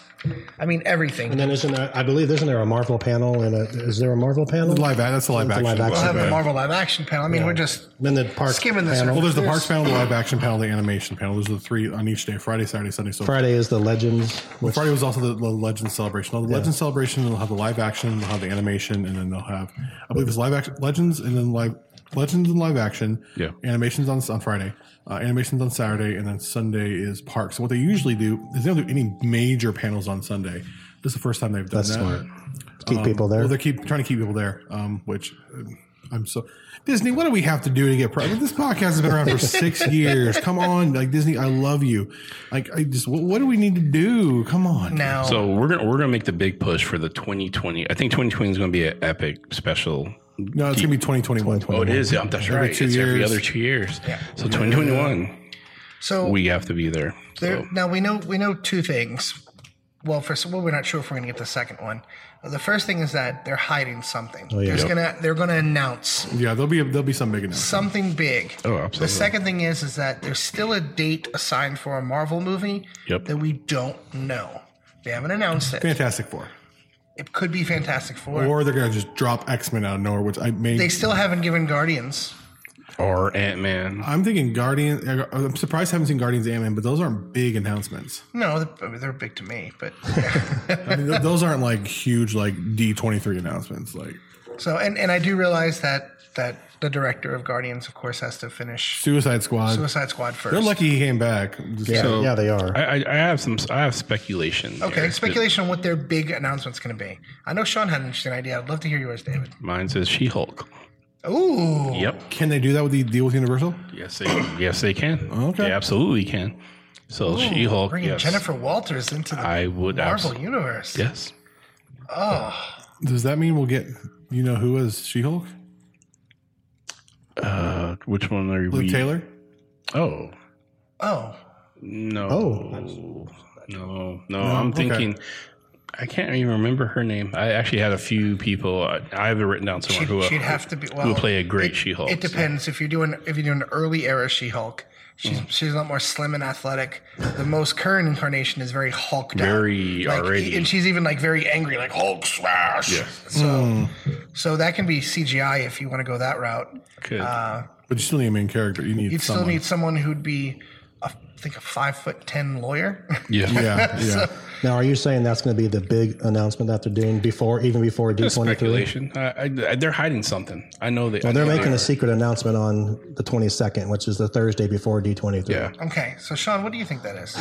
[SPEAKER 4] I mean, everything.
[SPEAKER 3] And then isn't there, I believe isn't there a Marvel panel and a, is there a Marvel panel?
[SPEAKER 2] Live action. That's the live
[SPEAKER 3] It's a
[SPEAKER 2] action.
[SPEAKER 3] live action.
[SPEAKER 4] we'll have the
[SPEAKER 2] Yeah.
[SPEAKER 4] Marvel live action panel. I mean, we're just
[SPEAKER 3] Then the park
[SPEAKER 4] skimming this.
[SPEAKER 3] panel.
[SPEAKER 2] Well, there's the parks panel, the live action panel, the animation panel. Those are the three on each day Friday, Saturday, Sunday. So Friday,
[SPEAKER 3] Friday is the Legends. Which,
[SPEAKER 2] was also the, the Legend Celebration. Now, the Legend Celebration, they'll have the live action, they'll have the animation, and then they'll have, I believe it's live action, Legends, and then live Legends in live action.
[SPEAKER 6] Yeah.
[SPEAKER 2] Animations on on Friday. Uh, animations on Saturday, and then Sunday is parks. So what they usually do is they don't do any major panels on Sunday. This is the first time they've done
[SPEAKER 3] That's
[SPEAKER 2] that.
[SPEAKER 3] smart. Keep
[SPEAKER 2] Um,
[SPEAKER 3] people there.
[SPEAKER 2] Well, they keep trying to keep people there, um, which um, I'm so Disney. What do we have to do to get? Pro- this podcast has been
[SPEAKER 3] <laughs>
[SPEAKER 2] around for six years. Come on, like Disney, I love you. Like I just, what, what do we need to do? Come on.
[SPEAKER 4] Now,
[SPEAKER 5] So we're gonna we're gonna make the big push for the 2020. I think 2020 is gonna be an epic special.
[SPEAKER 2] No, it's gonna be 2021.
[SPEAKER 5] Oh, it is. Yeah, that's
[SPEAKER 2] Every
[SPEAKER 5] right.
[SPEAKER 2] two
[SPEAKER 5] it's every
[SPEAKER 2] years.
[SPEAKER 5] other two years. So 2021,
[SPEAKER 4] so
[SPEAKER 5] we have to be there.
[SPEAKER 4] There,
[SPEAKER 5] So
[SPEAKER 4] now we know we know two things. Well, first, well, we're not sure if we're going to get the second one. Uh, The first thing is that they're hiding something.
[SPEAKER 3] Oh, yeah.
[SPEAKER 4] There's gonna they're going to announce
[SPEAKER 2] Yeah, there'll be there'll be some big announcement.
[SPEAKER 4] something big.
[SPEAKER 5] Oh, absolutely.
[SPEAKER 4] The second thing is is that there's still a date assigned for a Marvel movie
[SPEAKER 5] Yep.
[SPEAKER 4] that we don't know. They haven't announced it.
[SPEAKER 2] Fantastic Four,
[SPEAKER 4] It could be Fantastic Four.
[SPEAKER 2] or they're gonna just drop X Men out of nowhere, which I may.
[SPEAKER 4] they still haven't given Guardians.
[SPEAKER 5] or Ant Man.
[SPEAKER 2] I'm thinking Guardian. uh, I'm surprised I haven't seen Guardians Ant Man, but those aren't big announcements.
[SPEAKER 4] No, they're, I mean, they're big to me,
[SPEAKER 2] <laughs>
[SPEAKER 4] but
[SPEAKER 2] I mean, th- those aren't like huge like D23 announcements. Like
[SPEAKER 4] so and and I do realize that that the director of Guardians, of course, has to finish
[SPEAKER 2] Suicide Squad.
[SPEAKER 4] Suicide Squad 1st
[SPEAKER 2] They're lucky he came back. Just-
[SPEAKER 3] yeah,
[SPEAKER 5] So-
[SPEAKER 3] yeah, they are.
[SPEAKER 5] I, I, I have some. I have speculation.
[SPEAKER 4] Okay,
[SPEAKER 5] here.
[SPEAKER 4] speculation on what their big announcement's going to be. I know Sean had an interesting idea. I'd love to hear yours, David.
[SPEAKER 5] Mine says She Hulk.
[SPEAKER 4] Ooh.
[SPEAKER 5] Yep.
[SPEAKER 2] Can they do that with the deal with Universal?
[SPEAKER 5] Yes, they. yes, they can.
[SPEAKER 2] Okay.
[SPEAKER 5] They absolutely can. So She Hulk.
[SPEAKER 4] Bringing
[SPEAKER 5] Yes.
[SPEAKER 4] Jennifer Walters into the
[SPEAKER 5] I would.
[SPEAKER 4] Marvel
[SPEAKER 5] abso-
[SPEAKER 4] universe. Oh.
[SPEAKER 5] Yes.
[SPEAKER 2] Does that mean we'll get you know who is She Hulk?
[SPEAKER 5] Uh, which one are
[SPEAKER 2] Luke
[SPEAKER 5] we?
[SPEAKER 2] Taylor?
[SPEAKER 5] Oh
[SPEAKER 4] Oh,
[SPEAKER 5] no.
[SPEAKER 3] Oh.
[SPEAKER 5] no, no. I'm thinking. I can't even remember her name. I actually had a few people. I, I have it written down somewhere.
[SPEAKER 4] she'd,
[SPEAKER 5] who, uh,
[SPEAKER 4] she'd have to be. Well,
[SPEAKER 5] who would play a great
[SPEAKER 4] it-
[SPEAKER 5] She-Hulk.
[SPEAKER 4] It depends if you're doing if you're doing an early era She-Hulk. She's
[SPEAKER 5] Mm.
[SPEAKER 4] she's a lot more slim and athletic. The most current incarnation is very hulked out.
[SPEAKER 5] Very
[SPEAKER 4] Like,
[SPEAKER 5] already.
[SPEAKER 4] and she's even like very angry, like Hulk smash.
[SPEAKER 5] Yes.
[SPEAKER 4] So,
[SPEAKER 3] Hmm.
[SPEAKER 4] so that can be CGI if you want to go that route.
[SPEAKER 5] Could.
[SPEAKER 2] But you still need a main character. You need
[SPEAKER 4] You'd
[SPEAKER 2] someone.
[SPEAKER 4] still need someone who'd be, a, I think, a five foot ten lawyer. <laughs>
[SPEAKER 5] yeah. <laughs>
[SPEAKER 2] yeah, yeah.
[SPEAKER 3] Now, are you saying that's going to be the big announcement that they're doing before, even before D twenty three?
[SPEAKER 5] Speculation. I, I, they're hiding something. I know they.
[SPEAKER 3] Well, they're making
[SPEAKER 5] they
[SPEAKER 3] a secret announcement on the twenty second, which is the Thursday before D twenty three.
[SPEAKER 5] Yeah.
[SPEAKER 4] okay, so Sean, what do you think that is?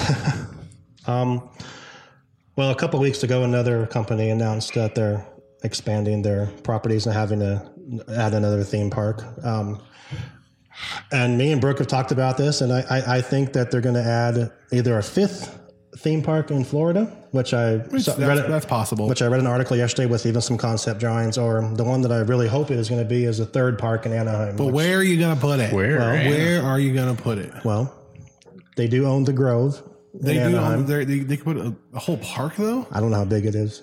[SPEAKER 3] Well, a couple weeks ago, another company announced that they're expanding their properties and having to add another theme park. Um, and me and Brooke have talked about this, and I, I, I think that they're going to add either a fifth theme park in Florida, which I saw-
[SPEAKER 2] That's,
[SPEAKER 3] read,
[SPEAKER 2] that's possible.
[SPEAKER 3] which I read an article yesterday with even some concept drawings, or the one that I really hope it is going to be is a third park in Anaheim.
[SPEAKER 2] but
[SPEAKER 3] which-
[SPEAKER 2] where are you gonna put it?
[SPEAKER 5] Where?
[SPEAKER 2] Well, where are you gonna put it?
[SPEAKER 3] well, they do own the Grove. in
[SPEAKER 2] They do.
[SPEAKER 3] Anaheim.
[SPEAKER 2] own- they're- They they could put a, a whole park though.
[SPEAKER 3] I don't know how big it is.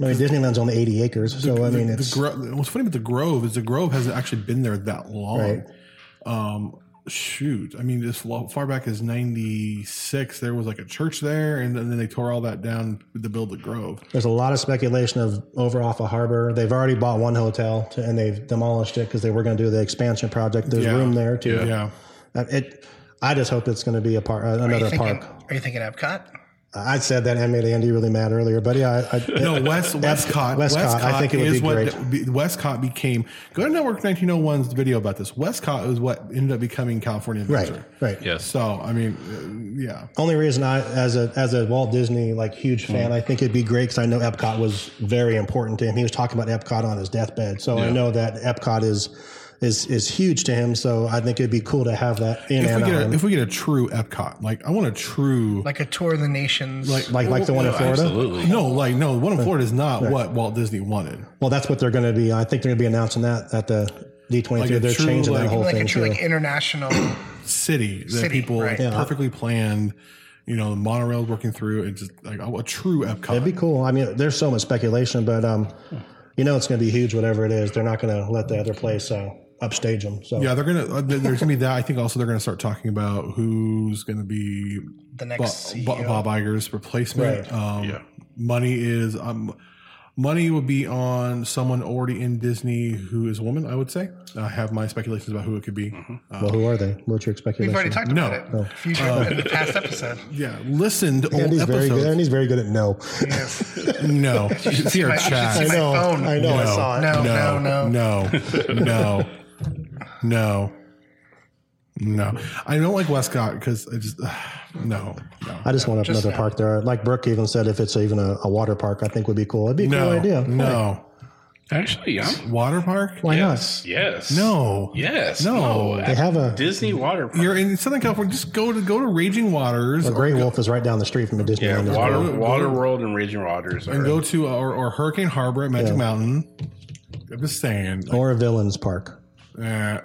[SPEAKER 3] I mean, Disneyland's only 80 acres, so I mean,
[SPEAKER 2] the,
[SPEAKER 3] it's
[SPEAKER 2] Gro- what's funny about the Grove is the Grove hasn't actually been there that long.
[SPEAKER 3] Right.
[SPEAKER 2] Um, shoot, I mean, as lo- far back as '96, there was like a church there, and then then they tore all that down to build the Grove.
[SPEAKER 3] there's a lot of speculation of over off a harbor. They've already bought one hotel to, and they've demolished it because they were going to do the expansion project. There's
[SPEAKER 2] Yeah.
[SPEAKER 3] room there too.
[SPEAKER 2] Yeah,
[SPEAKER 3] Uh, It. I just hope it's going to be a park, uh,
[SPEAKER 4] Are you
[SPEAKER 3] another
[SPEAKER 4] thinking,
[SPEAKER 3] park.
[SPEAKER 4] Are you thinking Epcot?
[SPEAKER 3] I said that and made Andy really mad earlier, but yeah, I, I,
[SPEAKER 2] <laughs>
[SPEAKER 3] <laughs>
[SPEAKER 2] no, West Westcott.
[SPEAKER 3] Westcott, I think it would
[SPEAKER 2] is
[SPEAKER 3] be
[SPEAKER 2] what
[SPEAKER 3] great.
[SPEAKER 2] the- be- Westcott became. Go to Network 1901's video about this. Westcott is what ended up becoming California
[SPEAKER 3] right,
[SPEAKER 2] Adventure.
[SPEAKER 3] right.
[SPEAKER 5] Yes.
[SPEAKER 2] So, I mean, uh, yeah.
[SPEAKER 3] Only reason I, as a as a Walt Disney like huge fan,
[SPEAKER 2] Hmm.
[SPEAKER 3] I think it'd be great because I know Epcot was very important to him. He was talking about Epcot on his deathbed, so I know that Epcot is is is huge to him. So I think it'd be cool to have that in
[SPEAKER 2] If we, get a,
[SPEAKER 3] Anaheim,
[SPEAKER 2] if we get a true Epcot, like I want a true
[SPEAKER 4] Like a tour of the nations?
[SPEAKER 3] like like the one in Florida.
[SPEAKER 5] Absolutely.
[SPEAKER 2] No, like no, one in Florida is not what Walt Disney wanted.
[SPEAKER 3] Well, that's what they're going to be. I think they're going to be announcing that at the D twenty three.
[SPEAKER 2] Like a
[SPEAKER 3] They're
[SPEAKER 2] true,
[SPEAKER 3] changing
[SPEAKER 2] like-
[SPEAKER 3] that whole
[SPEAKER 4] like
[SPEAKER 3] thing
[SPEAKER 4] a true
[SPEAKER 3] too.
[SPEAKER 4] like international?
[SPEAKER 2] City that
[SPEAKER 4] City,
[SPEAKER 2] people
[SPEAKER 4] right.
[SPEAKER 2] like, perfectly planned. You know, the monorail working through and just like a, a true Epcot.
[SPEAKER 3] It'd be cool. I mean, there's so much speculation, but um, you know, it's going to be huge. Whatever it is, they're not going to let the other place uh, upstage them. So
[SPEAKER 2] yeah, they're gonna. Uh, there- there's gonna be that. I think also they're gonna start talking about who's gonna be Bo-
[SPEAKER 4] The next
[SPEAKER 2] Bo-
[SPEAKER 4] CEO.
[SPEAKER 2] Bob Iger's replacement.
[SPEAKER 3] Right.
[SPEAKER 2] Um, Money is um, money will be on someone already in Disney who is a woman. I would say. I have my speculations about who it could be.
[SPEAKER 4] Mm-hmm.
[SPEAKER 3] Well, who are they? What's your speculation?
[SPEAKER 4] We've already talked
[SPEAKER 2] No.
[SPEAKER 4] about it. Future in the past episode.
[SPEAKER 2] Yeah, listened old
[SPEAKER 3] Andy's very good.
[SPEAKER 2] episodes.
[SPEAKER 3] Andy's very good at no.
[SPEAKER 4] <laughs> Yes.
[SPEAKER 3] <laughs>
[SPEAKER 2] No, see our
[SPEAKER 4] I should
[SPEAKER 2] chat.
[SPEAKER 4] see my phone.
[SPEAKER 3] I know.
[SPEAKER 2] No,
[SPEAKER 3] I saw it.
[SPEAKER 4] No,
[SPEAKER 2] no,
[SPEAKER 4] no, no.
[SPEAKER 2] no, no. No. No. I don't like Westcott because I just, no. no.
[SPEAKER 3] I just want another park there. Like Brooke even said, if it's even a, a water park, I think would be cool. It'd be a
[SPEAKER 2] no.
[SPEAKER 3] cool idea.
[SPEAKER 2] No.
[SPEAKER 5] Actually, I'm.
[SPEAKER 2] Water park?
[SPEAKER 3] Why
[SPEAKER 5] Yes. Yes.
[SPEAKER 2] No.
[SPEAKER 5] Yes.
[SPEAKER 2] No.
[SPEAKER 3] not? They have a
[SPEAKER 5] Disney water park.
[SPEAKER 2] You're in Southern California. Just go to go to Raging Waters.
[SPEAKER 3] the Grey
[SPEAKER 2] or go-
[SPEAKER 3] Wolf is right down the street from a Disneyland.
[SPEAKER 5] Yeah,
[SPEAKER 3] as well.
[SPEAKER 5] water,
[SPEAKER 2] go-
[SPEAKER 5] water world, and raging waters.
[SPEAKER 2] and
[SPEAKER 5] are-
[SPEAKER 2] go to uh, or, or Hurricane Harbor at Magic
[SPEAKER 3] Yeah.
[SPEAKER 2] Mountain. I'm just saying. Uh, Like,
[SPEAKER 3] or a villains park.
[SPEAKER 2] eh.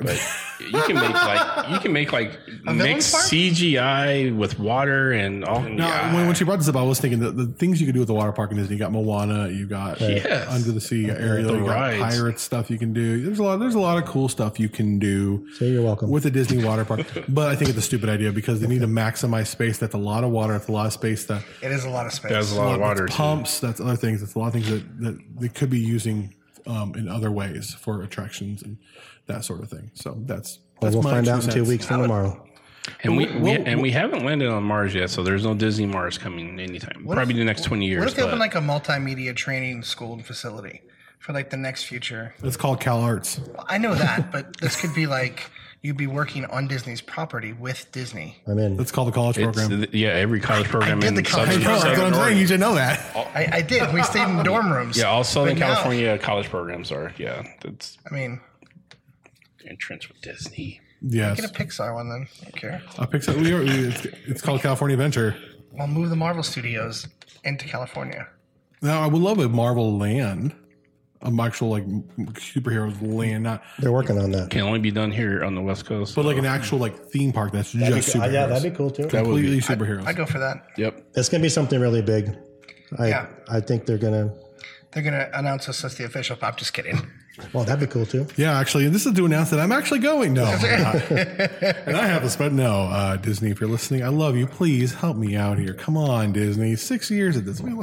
[SPEAKER 5] you can make like you can make like mix
[SPEAKER 4] villain's park?
[SPEAKER 5] CGI with water and all.
[SPEAKER 2] No, when, when she brought this up, I was thinking the, the things you could do with the water park in Disney. You got Moana, you got
[SPEAKER 5] Yes.
[SPEAKER 2] Under the Sea Ariel,
[SPEAKER 5] The
[SPEAKER 2] you got
[SPEAKER 5] rides.
[SPEAKER 2] pirate stuff you can do. There's a lot. There's a lot of cool stuff you can do
[SPEAKER 3] So you're welcome.
[SPEAKER 2] with a Disney water
[SPEAKER 3] <laughs>
[SPEAKER 2] park. but I think it's a stupid idea because they need to maximize space. That's a lot of water. That's a lot of space. That
[SPEAKER 4] It is a lot of space.
[SPEAKER 5] there's a lot of water.
[SPEAKER 2] that's pumps. That's other things. That's a lot of things that that they could be using um, in other ways for attractions and that sort of thing. So that's.
[SPEAKER 3] Well,
[SPEAKER 2] That's
[SPEAKER 3] we'll
[SPEAKER 2] my
[SPEAKER 3] find
[SPEAKER 2] two
[SPEAKER 3] out in two
[SPEAKER 2] cents.
[SPEAKER 3] weeks from tomorrow.
[SPEAKER 5] and we, we
[SPEAKER 2] what-
[SPEAKER 5] and we haven't landed on Mars yet, so there's no Disney Mars coming anytime.
[SPEAKER 4] What
[SPEAKER 5] Probably
[SPEAKER 4] if-
[SPEAKER 5] the next twenty years.
[SPEAKER 4] What if they open
[SPEAKER 5] but-
[SPEAKER 4] like a multimedia training school and facility for like the next future?
[SPEAKER 2] It's called Cal Arts.
[SPEAKER 4] I know that, but this could be like you'd be working on Disney's property with Disney.
[SPEAKER 3] I'm in.
[SPEAKER 2] It's called the college
[SPEAKER 5] It's-
[SPEAKER 2] program.
[SPEAKER 5] th- yeah, every college program
[SPEAKER 4] did
[SPEAKER 5] in
[SPEAKER 4] the college
[SPEAKER 5] Southern,
[SPEAKER 4] program.
[SPEAKER 2] That's what
[SPEAKER 5] Southern
[SPEAKER 2] I'm saying.
[SPEAKER 5] Oregon.
[SPEAKER 2] You should know that.
[SPEAKER 4] I, I did. We stayed in dorm rooms.
[SPEAKER 5] Yeah, all Southern
[SPEAKER 4] But now-
[SPEAKER 5] California college programs are. Yeah, that's
[SPEAKER 4] I mean,
[SPEAKER 5] entrance with Disney.
[SPEAKER 2] Yes.
[SPEAKER 4] get a Pixar one then. I don't care.
[SPEAKER 2] A Pixar. We are, it's, it's called California Adventure.
[SPEAKER 4] I'll move the Marvel Studios into California.
[SPEAKER 2] Now, I would love a Marvel land, an actual like m- superheroes land, not
[SPEAKER 3] They're working on that.
[SPEAKER 5] Can only be done here on the West Coast.
[SPEAKER 2] but like an actual like theme park that's just
[SPEAKER 3] Uh,
[SPEAKER 2] superheroes.
[SPEAKER 3] yeah, that'd be cool too.
[SPEAKER 5] That would
[SPEAKER 2] completely
[SPEAKER 5] be-
[SPEAKER 2] superheroes.
[SPEAKER 4] I go for that.
[SPEAKER 5] yep.
[SPEAKER 3] It's gonna be something really big. I
[SPEAKER 4] Yeah.
[SPEAKER 3] I think they're gonna.
[SPEAKER 4] They're gonna announce us as the official. I'm just kidding.
[SPEAKER 3] Well, that'd be cool too.
[SPEAKER 2] yeah, actually, and this is to announce that I'm actually going. No, I'm not.
[SPEAKER 3] <laughs>
[SPEAKER 2] and I have to spend. No, uh, Disney, if you're listening, I love you. Please help me out here. Come on, Disney. Six years of this. We-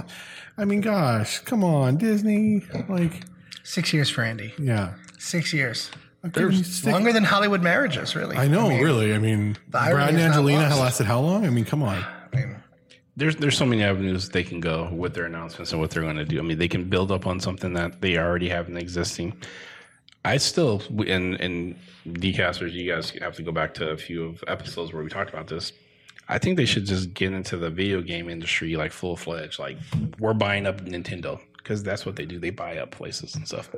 [SPEAKER 2] I mean, gosh, come on, Disney. Like,
[SPEAKER 4] Six years for Andy.
[SPEAKER 2] yeah,
[SPEAKER 4] Six years.
[SPEAKER 2] I've given you six-
[SPEAKER 4] Longer than Hollywood marriages, really.
[SPEAKER 2] I know,
[SPEAKER 4] mean,
[SPEAKER 2] really. I mean,
[SPEAKER 4] irony
[SPEAKER 2] Brad and
[SPEAKER 4] is not
[SPEAKER 2] Angelina
[SPEAKER 4] lost.
[SPEAKER 2] lasted how long? I mean, come on.
[SPEAKER 4] I mean,
[SPEAKER 5] There's there's so many avenues they can go with their announcements and what they're going to do. I mean, they can build up on something that they already have in existing. I still and and decasters, you guys have to go back to a few of episodes where we talked about this. I think they should just get into the video game industry like full fledged. Like we're buying up Nintendo because that's what they do. They buy up places and stuff.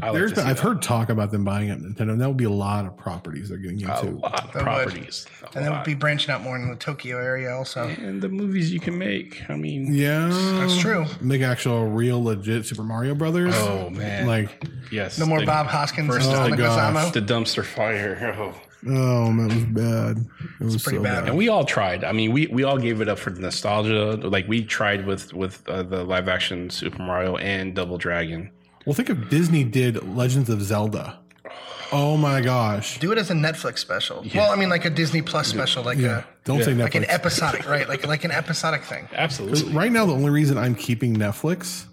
[SPEAKER 5] I like
[SPEAKER 2] There's
[SPEAKER 5] to
[SPEAKER 2] been,
[SPEAKER 5] see
[SPEAKER 2] I've
[SPEAKER 5] that.
[SPEAKER 2] heard talk about them buying up Nintendo. and That would be a lot of properties they're getting into.
[SPEAKER 5] a lot of
[SPEAKER 4] That would.
[SPEAKER 5] properties. A
[SPEAKER 4] and then we'll
[SPEAKER 5] lot.
[SPEAKER 4] be branching out more in the Tokyo area also.
[SPEAKER 5] and the movies you can make. I mean,
[SPEAKER 2] yeah,
[SPEAKER 4] That's true.
[SPEAKER 2] Make actual, real, legit Super Mario Brothers.
[SPEAKER 5] Oh, man.
[SPEAKER 2] Like,
[SPEAKER 5] yes.
[SPEAKER 4] No more
[SPEAKER 5] the-
[SPEAKER 4] Bob Hoskins
[SPEAKER 5] First
[SPEAKER 4] and
[SPEAKER 5] of
[SPEAKER 4] Sonic
[SPEAKER 2] Oh gosh.
[SPEAKER 4] Lozano.
[SPEAKER 5] The dumpster fire. <laughs> Oh.
[SPEAKER 2] oh, that was bad. It was
[SPEAKER 4] pretty
[SPEAKER 2] so
[SPEAKER 4] bad.
[SPEAKER 2] bad.
[SPEAKER 5] And we all tried. I mean, we, we all gave it up for nostalgia. Like we tried with with uh, the live action Super Mario and Double Dragon.
[SPEAKER 2] Well, think if Disney did Legends of Zelda. Oh my gosh!
[SPEAKER 4] Do it as a Netflix special. Well, I mean, like a Disney Plus special, like
[SPEAKER 2] yeah,
[SPEAKER 4] a
[SPEAKER 2] don't say
[SPEAKER 4] like an
[SPEAKER 2] Netflix.
[SPEAKER 4] episodic, right? Like like an episodic thing.
[SPEAKER 5] Absolutely.
[SPEAKER 2] right now, the only reason I'm keeping Netflix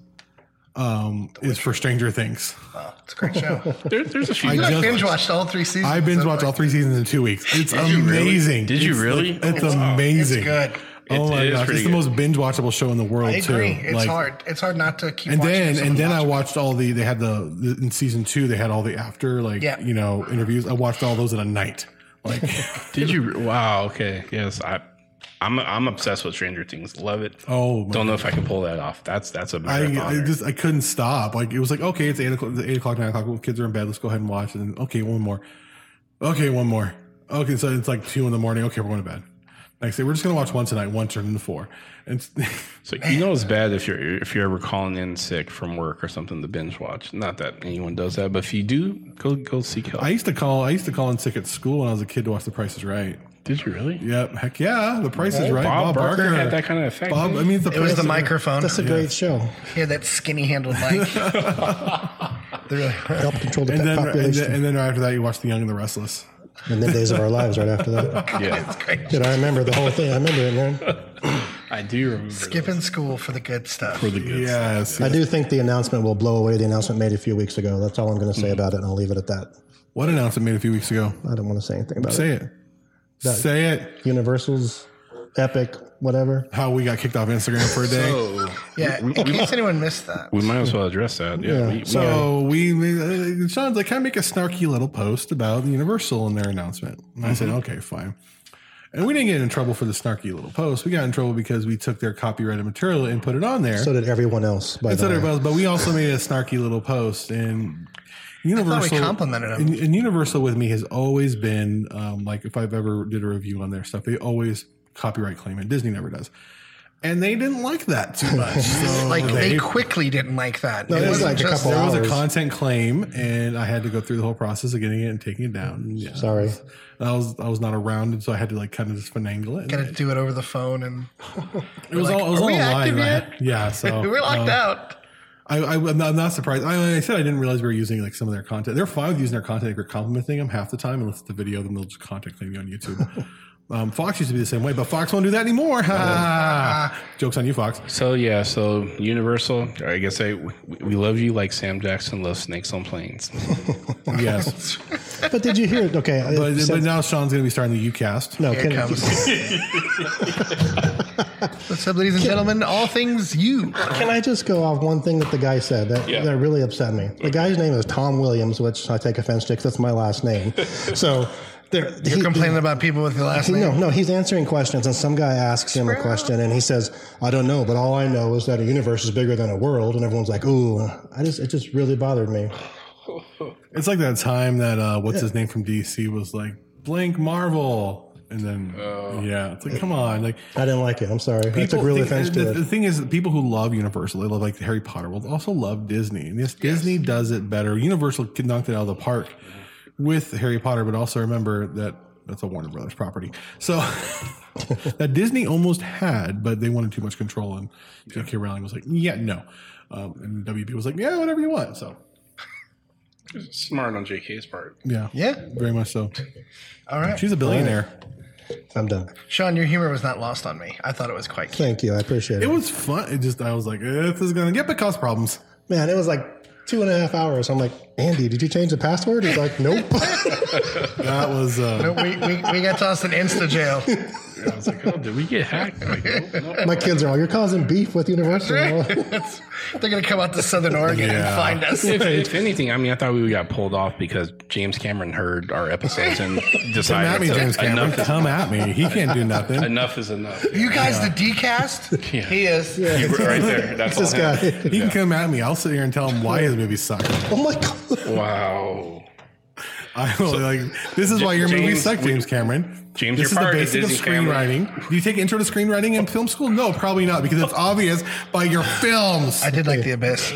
[SPEAKER 2] um, is for Stranger Things.
[SPEAKER 4] Wow, it's a
[SPEAKER 2] <laughs>
[SPEAKER 4] great show.
[SPEAKER 5] There, there's a few.
[SPEAKER 2] I
[SPEAKER 5] good-
[SPEAKER 2] just-
[SPEAKER 4] binge watched all three seasons.
[SPEAKER 2] I binge
[SPEAKER 4] of,
[SPEAKER 2] watched all
[SPEAKER 4] like,
[SPEAKER 2] three seasons in two weeks. It's
[SPEAKER 5] you really?
[SPEAKER 2] amazing.
[SPEAKER 5] Did you
[SPEAKER 2] It's-
[SPEAKER 5] really?
[SPEAKER 2] It's
[SPEAKER 5] Wow.
[SPEAKER 2] amazing.
[SPEAKER 4] Good.
[SPEAKER 2] oh
[SPEAKER 5] It
[SPEAKER 2] my
[SPEAKER 5] is
[SPEAKER 2] gosh!
[SPEAKER 5] pretty
[SPEAKER 2] It's the
[SPEAKER 5] good.
[SPEAKER 2] most binge watchable show in the world.
[SPEAKER 4] I agree.
[SPEAKER 2] Too.
[SPEAKER 4] It's hard. It's hard not to keep.
[SPEAKER 2] And
[SPEAKER 4] watching
[SPEAKER 2] then
[SPEAKER 4] this
[SPEAKER 2] and then
[SPEAKER 4] watch
[SPEAKER 2] I
[SPEAKER 4] it.
[SPEAKER 2] watched all the they had the, the in season two they had all the after like
[SPEAKER 4] Yeah.
[SPEAKER 2] you know interviews. I watched all those in a night. Like <laughs>
[SPEAKER 5] Did you? Wow. Okay. Yes. I. I'm I'm obsessed with Stranger Things. Love it.
[SPEAKER 2] oh my
[SPEAKER 5] Don't know if I can pull that off. That's that's a marathon.
[SPEAKER 2] I, I just I couldn't stop. Like it was like okay, it's eight o'clock, it's eight o'clock, nine o'clock. Well, kids are in bed. Let's go ahead and watch. And then, okay, one more. Okay, one more. Okay, so it's like two in the morning. Okay, we're going to bed. Next day, we're just gonna watch one tonight. One turned into four. And <laughs> it's-
[SPEAKER 5] so you know it's bad if you're if you're ever calling in sick from work or something to binge watch. Not that anyone does that, but if you do, go go seek help.
[SPEAKER 2] I used to call I used to call in sick at school when I was a kid to watch The Price Is Right.
[SPEAKER 5] Did you really?
[SPEAKER 2] <laughs> Yep, heck yeah, The Price Is Right.
[SPEAKER 5] Bob Barker had that kind of effect,
[SPEAKER 2] Bob,
[SPEAKER 5] didn't
[SPEAKER 2] I
[SPEAKER 5] he?
[SPEAKER 2] mean, it's the
[SPEAKER 4] It was the
[SPEAKER 2] Price-
[SPEAKER 4] microphone.
[SPEAKER 3] That's a great show.
[SPEAKER 4] Yeah, that skinny handled mic.
[SPEAKER 2] <laughs>
[SPEAKER 4] They're really-
[SPEAKER 3] Help control the
[SPEAKER 2] and
[SPEAKER 3] pet
[SPEAKER 2] then, and
[SPEAKER 3] population.
[SPEAKER 2] then and then after that you watch The Young and the Restless.
[SPEAKER 3] And then Days of Our Lives right
[SPEAKER 2] <laughs>
[SPEAKER 3] after that.
[SPEAKER 5] <laughs> Yeah,
[SPEAKER 4] it's great.
[SPEAKER 3] Dude, I remember the whole thing. I remember it, man.
[SPEAKER 5] I do remember.
[SPEAKER 4] Skipping school for the good stuff.
[SPEAKER 5] the good
[SPEAKER 2] Yes.
[SPEAKER 3] I do think the announcement will blow away the announcement made a few weeks ago. That's all I'm going to say about it, and I'll leave it at that.
[SPEAKER 2] What announcement made a few weeks ago?
[SPEAKER 3] I don't want to say anything about
[SPEAKER 2] Say
[SPEAKER 3] it.
[SPEAKER 2] it. Say it.
[SPEAKER 3] Universal's Epic, whatever.
[SPEAKER 2] How we got kicked off Instagram for a day.
[SPEAKER 5] <laughs> So
[SPEAKER 4] Yeah, in case anyone missed that.
[SPEAKER 5] we might as well address that. Yeah.
[SPEAKER 3] Yeah.
[SPEAKER 5] we- we-
[SPEAKER 2] So we, uh, Sean's like, can I make a snarky little post about Universal and their announcement? And I
[SPEAKER 5] Mm-hmm.
[SPEAKER 2] said, okay, fine. And we didn't get in trouble for the snarky little post. We got in trouble because we took their copyrighted material and put it on there.
[SPEAKER 3] So did everyone else. By
[SPEAKER 2] And so did
[SPEAKER 3] the way.
[SPEAKER 2] everybody else, but we also made a snarky little post and.
[SPEAKER 4] thought we
[SPEAKER 2] Universal
[SPEAKER 4] complimented 'em.
[SPEAKER 2] and, and Universal with me has always been um, like if I've ever did a review on their stuff, they always copyright claim it. Disney never does, and they didn't like that
[SPEAKER 4] <laughs>
[SPEAKER 2] too much. So
[SPEAKER 4] Like they, quickly didn't like that.
[SPEAKER 3] No, it was
[SPEAKER 4] wasn't
[SPEAKER 3] like a couple
[SPEAKER 2] there was a
[SPEAKER 3] hours.
[SPEAKER 2] content claim, and I had to go through the whole process of getting it and taking it down. And, Yeah,
[SPEAKER 3] Sorry.
[SPEAKER 2] I was I was not around, and so I had to like kind of just finagle it.
[SPEAKER 4] Gotta
[SPEAKER 2] And
[SPEAKER 4] do it over the phone, and <laughs>
[SPEAKER 2] it was
[SPEAKER 4] like,
[SPEAKER 2] all it was
[SPEAKER 4] "Are
[SPEAKER 2] all
[SPEAKER 4] we
[SPEAKER 2] live.
[SPEAKER 4] active
[SPEAKER 2] I
[SPEAKER 4] yet?"
[SPEAKER 2] had- Yeah, so
[SPEAKER 4] we <laughs> were locked
[SPEAKER 2] uh,
[SPEAKER 4] out.
[SPEAKER 2] I, I I'm, not, I'm not surprised. I, I said I didn't realize we were using like some of their content. They're fine with using their content if you're complimenting them half the time, unless it's the video, then they'll just content claim you on YouTube. um, Fox used to be the same way, but Fox won't do that anymore. Ha, ha, ha. Jokes on you, Fox.
[SPEAKER 5] So yeah, so Universal. I guess I we, we love you like Sam Jackson loves snakes on planes.
[SPEAKER 2] Yes,
[SPEAKER 3] But did you hear it? Okay. it
[SPEAKER 2] but,
[SPEAKER 3] said-
[SPEAKER 2] but now Sean's going to be starting the UCast.
[SPEAKER 3] no,
[SPEAKER 4] Here
[SPEAKER 3] can,
[SPEAKER 4] it comes. What's up, ladies and gentlemen? All things you.
[SPEAKER 3] can I just go off one thing that the guy said that,
[SPEAKER 5] Yeah.
[SPEAKER 3] that really upset me? The guy's name is Tom Williams, which I take offense to because that's my last name. so there,
[SPEAKER 4] You're
[SPEAKER 3] he-
[SPEAKER 4] complaining about people with your last
[SPEAKER 3] he-
[SPEAKER 4] name.
[SPEAKER 3] no, no, he's answering questions, and some guy asks him a question, and he says, "I don't know, but all I know is that a universe is bigger than a world," and everyone's like, "Ooh!" I just, it just really bothered me.
[SPEAKER 2] It's like that time that uh, what's his name from DC was like blank Marvel, and then yeah, it's like come on, like
[SPEAKER 3] I didn't like it. I'm sorry. I took
[SPEAKER 2] people
[SPEAKER 3] real
[SPEAKER 2] think-
[SPEAKER 3] offense
[SPEAKER 2] the,
[SPEAKER 3] to
[SPEAKER 2] the
[SPEAKER 3] it.
[SPEAKER 2] thing is, people who love Universal, they love like the Harry Potter world, also love Disney. And yes, Disney does it better. Universal knocked it out of the park with Harry Potter, but also remember that that's a Warner Brothers property. So <laughs> that Disney almost had, but they wanted too much control, and J.K. Rowling was like, "Yeah, no," um, and WB was like, "Yeah, whatever you want." So
[SPEAKER 5] Smart on JK's part.
[SPEAKER 2] yeah,
[SPEAKER 4] Yeah.
[SPEAKER 2] very much so.
[SPEAKER 4] All right.
[SPEAKER 2] She's a billionaire.
[SPEAKER 3] I'm done.
[SPEAKER 4] Sean, your humor was not lost on me. I thought it was quite cute.
[SPEAKER 3] Thank you. I appreciate it.
[SPEAKER 2] It was fun. It just I was like, eh, this is gonna get but cause problems.
[SPEAKER 3] Man, it was like two and a half hours. I'm like, Andy, did you change the password? He's like, nope. <laughs>
[SPEAKER 2] That was uh,
[SPEAKER 4] we, we, we got tossed in insta jail.
[SPEAKER 5] I was like, oh, did we get hacked? Like, nope, nope.
[SPEAKER 3] My kids are all, you're causing beef with Universal.
[SPEAKER 4] They're going to come out to Southern Oregon and
[SPEAKER 2] Yeah.
[SPEAKER 4] find
[SPEAKER 2] <laughs>
[SPEAKER 4] us.
[SPEAKER 5] If, if anything, I mean, I thought we got pulled off because James Cameron heard our episodes and
[SPEAKER 2] come
[SPEAKER 5] decided
[SPEAKER 2] at me,
[SPEAKER 5] that
[SPEAKER 2] James Cameron.
[SPEAKER 5] enough,
[SPEAKER 2] Come at me. He can't do nothing.
[SPEAKER 5] enough is
[SPEAKER 2] <laughs>
[SPEAKER 5] enough.
[SPEAKER 4] You guys, the decast?
[SPEAKER 5] Yeah.
[SPEAKER 4] He is.
[SPEAKER 5] You were right there. That's
[SPEAKER 3] this
[SPEAKER 5] all him.
[SPEAKER 3] guy. <laughs>
[SPEAKER 2] He can come at me. I'll sit here and tell him why his movies suck.
[SPEAKER 3] Oh my God.
[SPEAKER 5] Wow.
[SPEAKER 2] I will, like this is why your
[SPEAKER 5] James,
[SPEAKER 2] movies suck,
[SPEAKER 5] we-
[SPEAKER 2] James Cameron.
[SPEAKER 5] James,
[SPEAKER 2] this is
[SPEAKER 5] you're
[SPEAKER 2] the
[SPEAKER 5] fired,
[SPEAKER 2] basic of
[SPEAKER 5] Disney Cameron.
[SPEAKER 2] screenwriting. Do you take intro to screenwriting in film school? No, probably not, because it's obvious by your films.
[SPEAKER 4] I did like The Abyss.